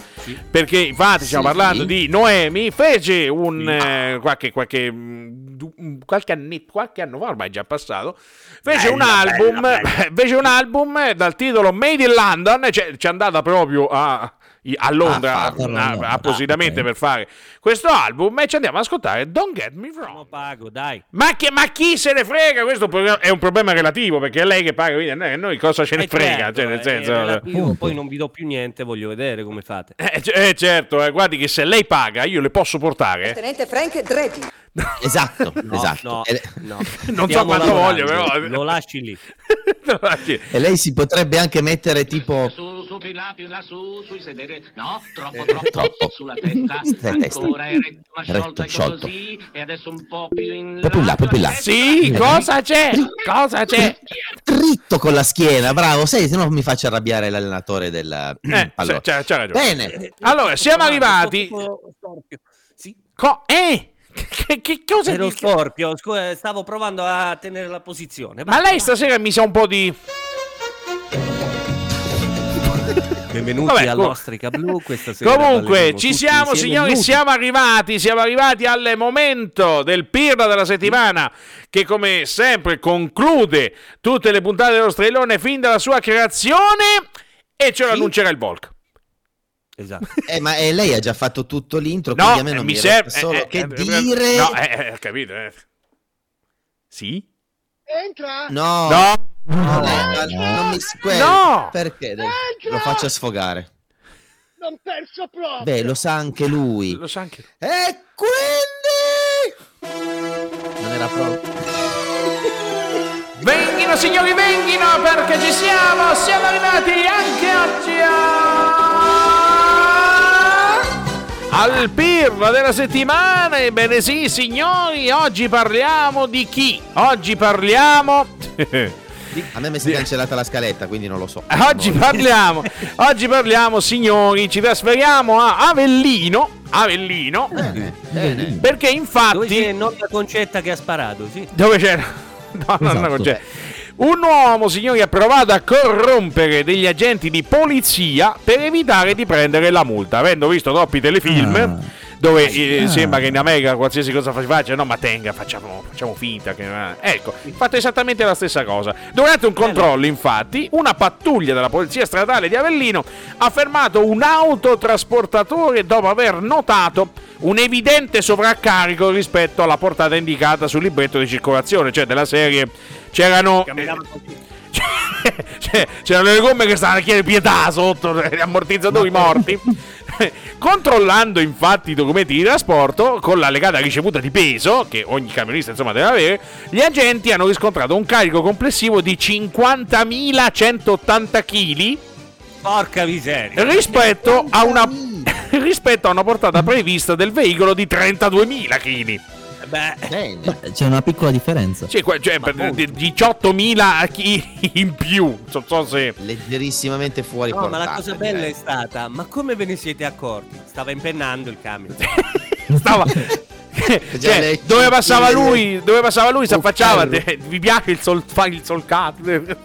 perché infatti stiamo
Sì.
parlando di Noemi, fece un eh, qualche, qualche, mm, du- mm, qualche, anni- qualche anno fa, ormai è già passato, fece un
Bella,
album,
bella, bella.
[laughs] fece un album eh, dal titolo Made in London, cioè ci è andata proprio a, i- a Londra
A farlo a
a-
Londra.
appositamente
Ah, ok.
per fare questo album e ci andiamo ad ascoltare Don't Get Me Wrong.
pago, dai.
Ma, che- ma chi se ne frega? Questo pro- è un problema relativo perché è lei che paga, quindi a noi- a noi cosa ce ne
Eh,
frega?
certo,
Cioè, nel
eh,
senso,
è relativo, poi non vi do più niente, voglio vedere come fate.
eh, c- eh, certo, eh, guardi che se lei paga io le posso portare.
Tenente Frank Drepi.
[laughs] Esatto,
esatto.
No, no.
[laughs] Non so
Stiamo
quanto
lavorando,
voglio, però.
Lo lasci lì.
[laughs]
E lei si potrebbe anche mettere tipo...
Su, su, più in là, più in là, su, sui sedere. No, troppo, troppo, sulla testa.
Eh, [laughs] Sulla testa.
Ancora eh, eretto, ma
Eretto,
sciolto, ecco
sciolto.
così. E adesso un po' più in là.
Proprio in là, proprio in là.
Sì,
Eh,
cosa c'è? Cosa c'è?
Dritto con la schiena, bravo. Sai, se no mi faccio arrabbiare l'allenatore della...
Eh,
Allora.
c'è, c'è- c'è ragione.
Bene.
Allora, siamo arrivati. Co- eh? Che, che cosa
Ero
dici?
Scorpio, scu- eh, stavo provando a tenere la posizione.
Ma lei stasera mi sa un po' di.
Benvenuti
Vabbè,
al
com-
Ostrica Blu questa sera.
Comunque,
parleremo
ci
tutti
siamo,
insieme.
signori,
Nudo.
siamo arrivati. Siamo arrivati al momento del pirla della settimana, che come sempre conclude tutte le puntate dello strellone fin dalla sua creazione. E ce lo annuncerà il Volk.
Esatto.
Eh, ma eh, lei ha già fatto tutto l'intro,
No,
quindi a me non
eh,
mi,
mi serve.
serve
eh,
solo
eh,
che
eh,
dire...
No, eh, eh, capito. eh. Sì?
Entra!
No,
No.
non, è- non mi quello-
No.
perché de- lo faccio sfogare.
Non penso proprio!
Beh, lo sa anche lui.
Lo sa anche
E quindi non era proprio.
Venghino signori, venghino perché ci siamo, siamo arrivati anche oggi a- al pirla della settimana. Ebbene sì signori, oggi parliamo di chi? Oggi parliamo... [laughs]
A me mi si è cancellata la scaletta, quindi non lo so.
Ah,
Boh.
Oggi parliamo, oggi parliamo signori, ci trasferiamo a Avellino. Avellino.
Eh,
Perché
Dove
infatti...
c'è nonna Concetta che ha sparato, sì.
Dove c'era? [laughs] No, no, no,
Esatto.
non c'è. Un uomo, signori, ha provato a corrompere degli agenti di polizia per evitare di prendere la multa. Avendo visto troppi telefilm, dove eh, sembra che in America qualsiasi cosa si faccia, no, ma tenga, facciamo, facciamo finta. Che... eh, Ecco, fatto esattamente la stessa cosa. Durante un controllo, infatti, una pattuglia della polizia stradale di Avellino ha fermato un autotrasportatore dopo aver notato un evidente sovraccarico rispetto alla portata indicata sul libretto di circolazione, cioè della serie c'erano cioè, [laughs] c'erano le gomme che stavano a chiedere pietà sotto, [laughs] gli ammortizzatori morti. Controllando infatti i documenti di trasporto con la legata ricevuta di peso, che ogni camionista insomma deve avere, gli agenti hanno riscontrato un carico complessivo di 50.180 kg
Porca miseria.
rispetto a una [laughs] rispetto a una portata prevista del veicolo di 32.000 kg.
Beh,
Beh, C'è una piccola differenza.
Cioè, qua- cioè, per- di- 18.000 kg in più. Non so se.
Leggerissimamente fuori
No, ecco, ma
portata.
la cosa bella
eh.
è stata, ma come ve ne siete accorti? Stava impennando il camion.
[laughs] Stava... [laughs] Cioè, dove passava lui, dove passava lui, si affacciava.
ferro.
te- Vi piace il sol, fa- il solcato? eh,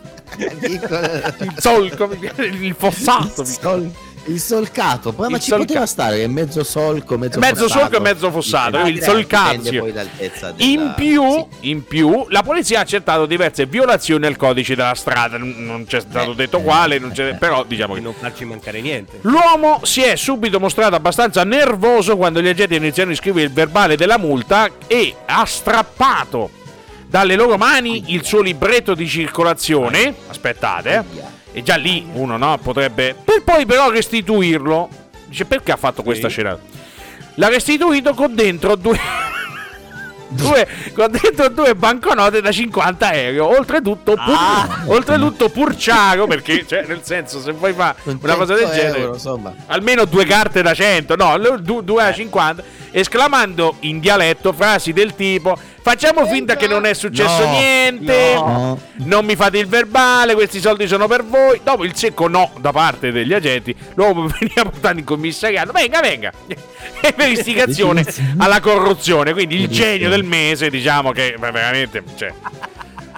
il solco, mi piace il fossato. mi-
Sol- il solcato, poi ma
Il
ci
solca-
poteva stare che è mezzo solco, mezzo
Mezzo
fossato.
solco e mezzo fossato,
Ah,
il
grazie,
solcazio.
dipende poi dall'altezza della-
In più, in più, la polizia ha accertato diverse violazioni al codice della strada. n- Non c'è
Eh.
stato detto quale, non c'è- però diciamo che.
Non farci mancare niente.
L'uomo si è subito mostrato abbastanza nervoso quando gli agenti iniziano a scrivere il verbale della multa e ha strappato dalle loro mani il suo libretto di circolazione. Aspettate, eh. e già lì uno no, potrebbe. Per poi però restituirlo. Dice perché ha fatto questa scenata? L'ha restituito con dentro
[laughs]
due. Due, con dentro due banconote da 50 euro. Oltretutto, pur,
Ah.
oltretutto purciaro. Perché, cioè, nel senso, se vuoi fare una cosa del
100
genere,
euro, insomma. Eh.
almeno due carte da 100, no, 2 da 50, esclamando in dialetto frasi del tipo: Facciamo finta che non è successo
No,
niente.
no.
Non mi fate il verbale, questi soldi sono per voi. Dopo il secco no da parte degli agenti, [laughs] l'uomo veniva portato in commissariato. Venga, venga. [laughs] E per istigazione alla corruzione. Quindi il genio del mese, diciamo che beh, veramente. Cioè,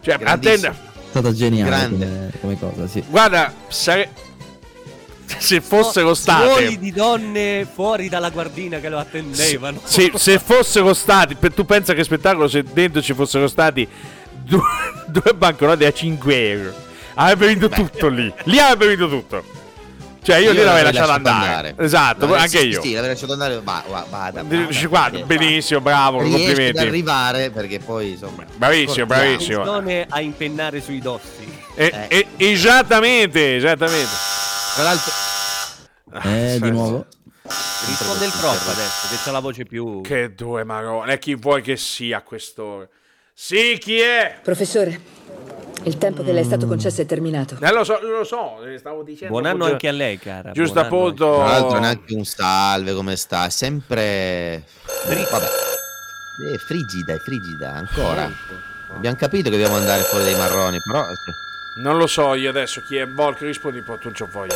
cioè attenda.
È stata geniale come, come cosa, sì.
Guarda, sare- se fossero
Ruoli
state.
di donne fuori dalla guardina che lo attendevano. [laughs]
Se, se fossero stati. per- Tu pensa che spettacolo se dentro ci fossero stati due, [laughs] due banconote a 5 euro. Avrebbe vinto tutto lì. Lì avrebbe vinto tutto. Cioè, io, lì l'avrei lasciato andare. Esatto,
L'avrei-
anche
sì,
io.
Sì, l'avrei lasciato andare, va, va, vada, vada,
Dici, guarda,
perché
benissimo, bravo,
riesci
complimenti.
ad arrivare perché poi insomma
Bravissimo, bravissimo.
Attenzione a impennare sui dossi. Eh,
E- e- esattamente, esattamente.
Tra l'altro
Eh, di nuovo.
Risponde il prof adesso, che c'ha la voce più.
Che due marone, chi vuoi che sia a quest'ora? Sì, chi è?
Professore, il tempo che le è stato concesso è terminato.
Eh, lo so, lo so, eh, stavo dicendo.
Buon anno
appunto-
anche a lei, cara.
Giusto appunto.
Tra l'altro neanche un salve come sta, è sempre vabbè. È frigida, è frigida ancora. Abbiamo capito che dobbiamo andare fuori dai marroni, però
Non lo so io adesso chi è Volk, rispondi un po', tu non ci voglio.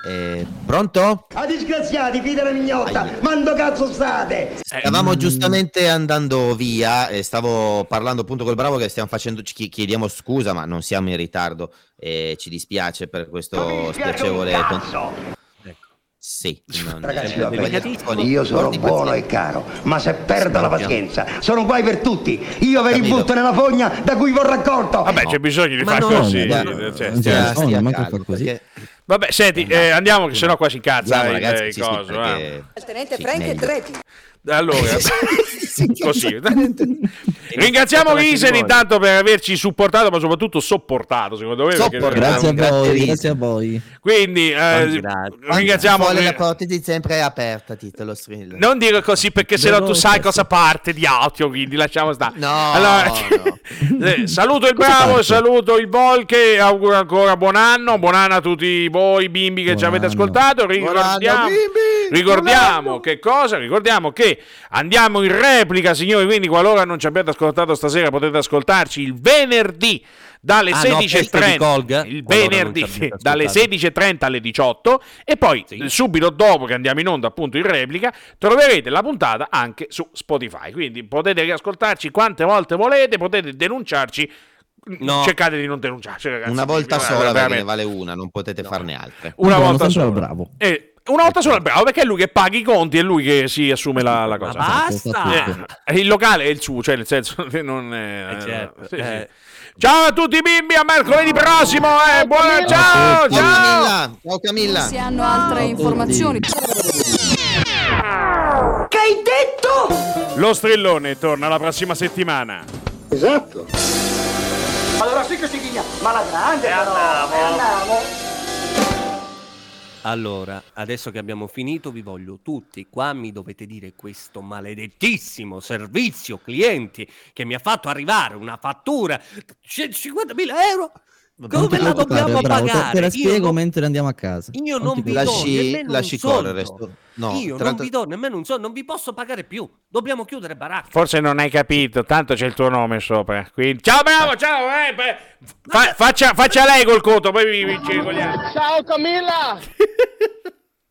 eh, pronto?
A disgraziati, figlia la mignotta! Mando cazzo state!
Eh, mm.
Stavamo giustamente andando via e stavo parlando appunto col bravo che stiamo facendo, ci chi- chiediamo scusa ma non siamo in ritardo e ci dispiace per questo spiacevole...
cazzo!
Sì, non
Ragazzi,
eh,
vabbè,
sbagliato.
io sono
Guardi,
buono e caro, ma se perdo la
Sbagliato.
pazienza, sono guai per tutti. Io ve li
Capito.
butto nella fogna da cui vorrò raccolto.
Vabbè, c'è bisogno di fare così. cioè,
non c'è
stia-
bisogno,
stia
manco
calmo,
far così.
perché- Vabbè, senti, eh, andiamo, che sennò qua si incazza
Andiamo,
il-
ragazzi,
il
sì, sì,
coso.
perché-
eh.
Il tenente
Sì,
Frank è
meglio.
Treti.
[laughs]
Allora, [laughs] così. Ringraziamo Risen intanto per averci supportato, ma soprattutto sopportato, secondo me. perché-
Grazie a voi, grazie a voi.
Quindi, eh, ringraziamo. eh.
Vuole la porta di sempre è aperta, titolo strillo.
Non dire così perché sennò tu sai cosa parte di audio, quindi lasciamo stare. [laughs]
No,
eh, saluto il bravo, saluto il Volk e auguro ancora buon anno, buon anno a tutti voi bimbi che ci avete ascoltato. Ricordiamo, ricordiamo che cosa? Ricordiamo che andiamo in replica, signori, quindi qualora non ci abbiate ascoltato stasera potete ascoltarci il venerdì dalle
Ah, no,
16.30
festa di Colga,
il
qualora non ci
venerdì
abbiate ascoltato.
dalle 16.30 alle 18 e poi eh, subito dopo che andiamo in onda appunto in replica troverete la puntata anche su Spotify quindi potete riascoltarci quante volte volete potete denunciarci Mm,
No.
cercate di non denunciarci ragazzi
Una volta
Eh,
sola perché ne
veramente.
vale una, non potete farne altre.
Una
Bravo,
volta
sempre
sola.
bravo.
Eh, una volta sola bravo perché è lui che paga i conti e lui che si assume la, la cosa
basta!
Eh, il locale è il suo cioè nel senso [laughs] che non è-
Eh, certo,
sì, sì.
eh.
ciao a tutti bimbi a mercoledì prossimo eh, buona ciao ciao
Ciao Camilla!
Se hanno altre informazioni.
Che hai detto?
Lo strillone torna la prossima settimana.
Esatto. Eh. Allora sì che si ghigna, ma la grande però, eh, e andiamo.
Allora, adesso che abbiamo finito, vi voglio tutti qua. Mi dovete dire questo maledettissimo servizio clienti che mi ha fatto arrivare una fattura 150.000 euro. Come la dobbiamo pagare?
Te la
Io
spiego
non-
mentre andiamo a casa.
Io non vi do
Lasci,
nemmeno
lasci
un soldo.
correre. sto- No,
Io
tra
non
l'altro-
vi do nemmeno un soldo, non vi posso pagare più. Dobbiamo chiudere baracca.
Forse non hai capito, tanto c'è il tuo nome sopra. Quindi... Ciao bravo, ciao! eh, beh, fa- faccia, faccia lei col conto, poi vi, vi ci vogliamo.
Ciao Camilla!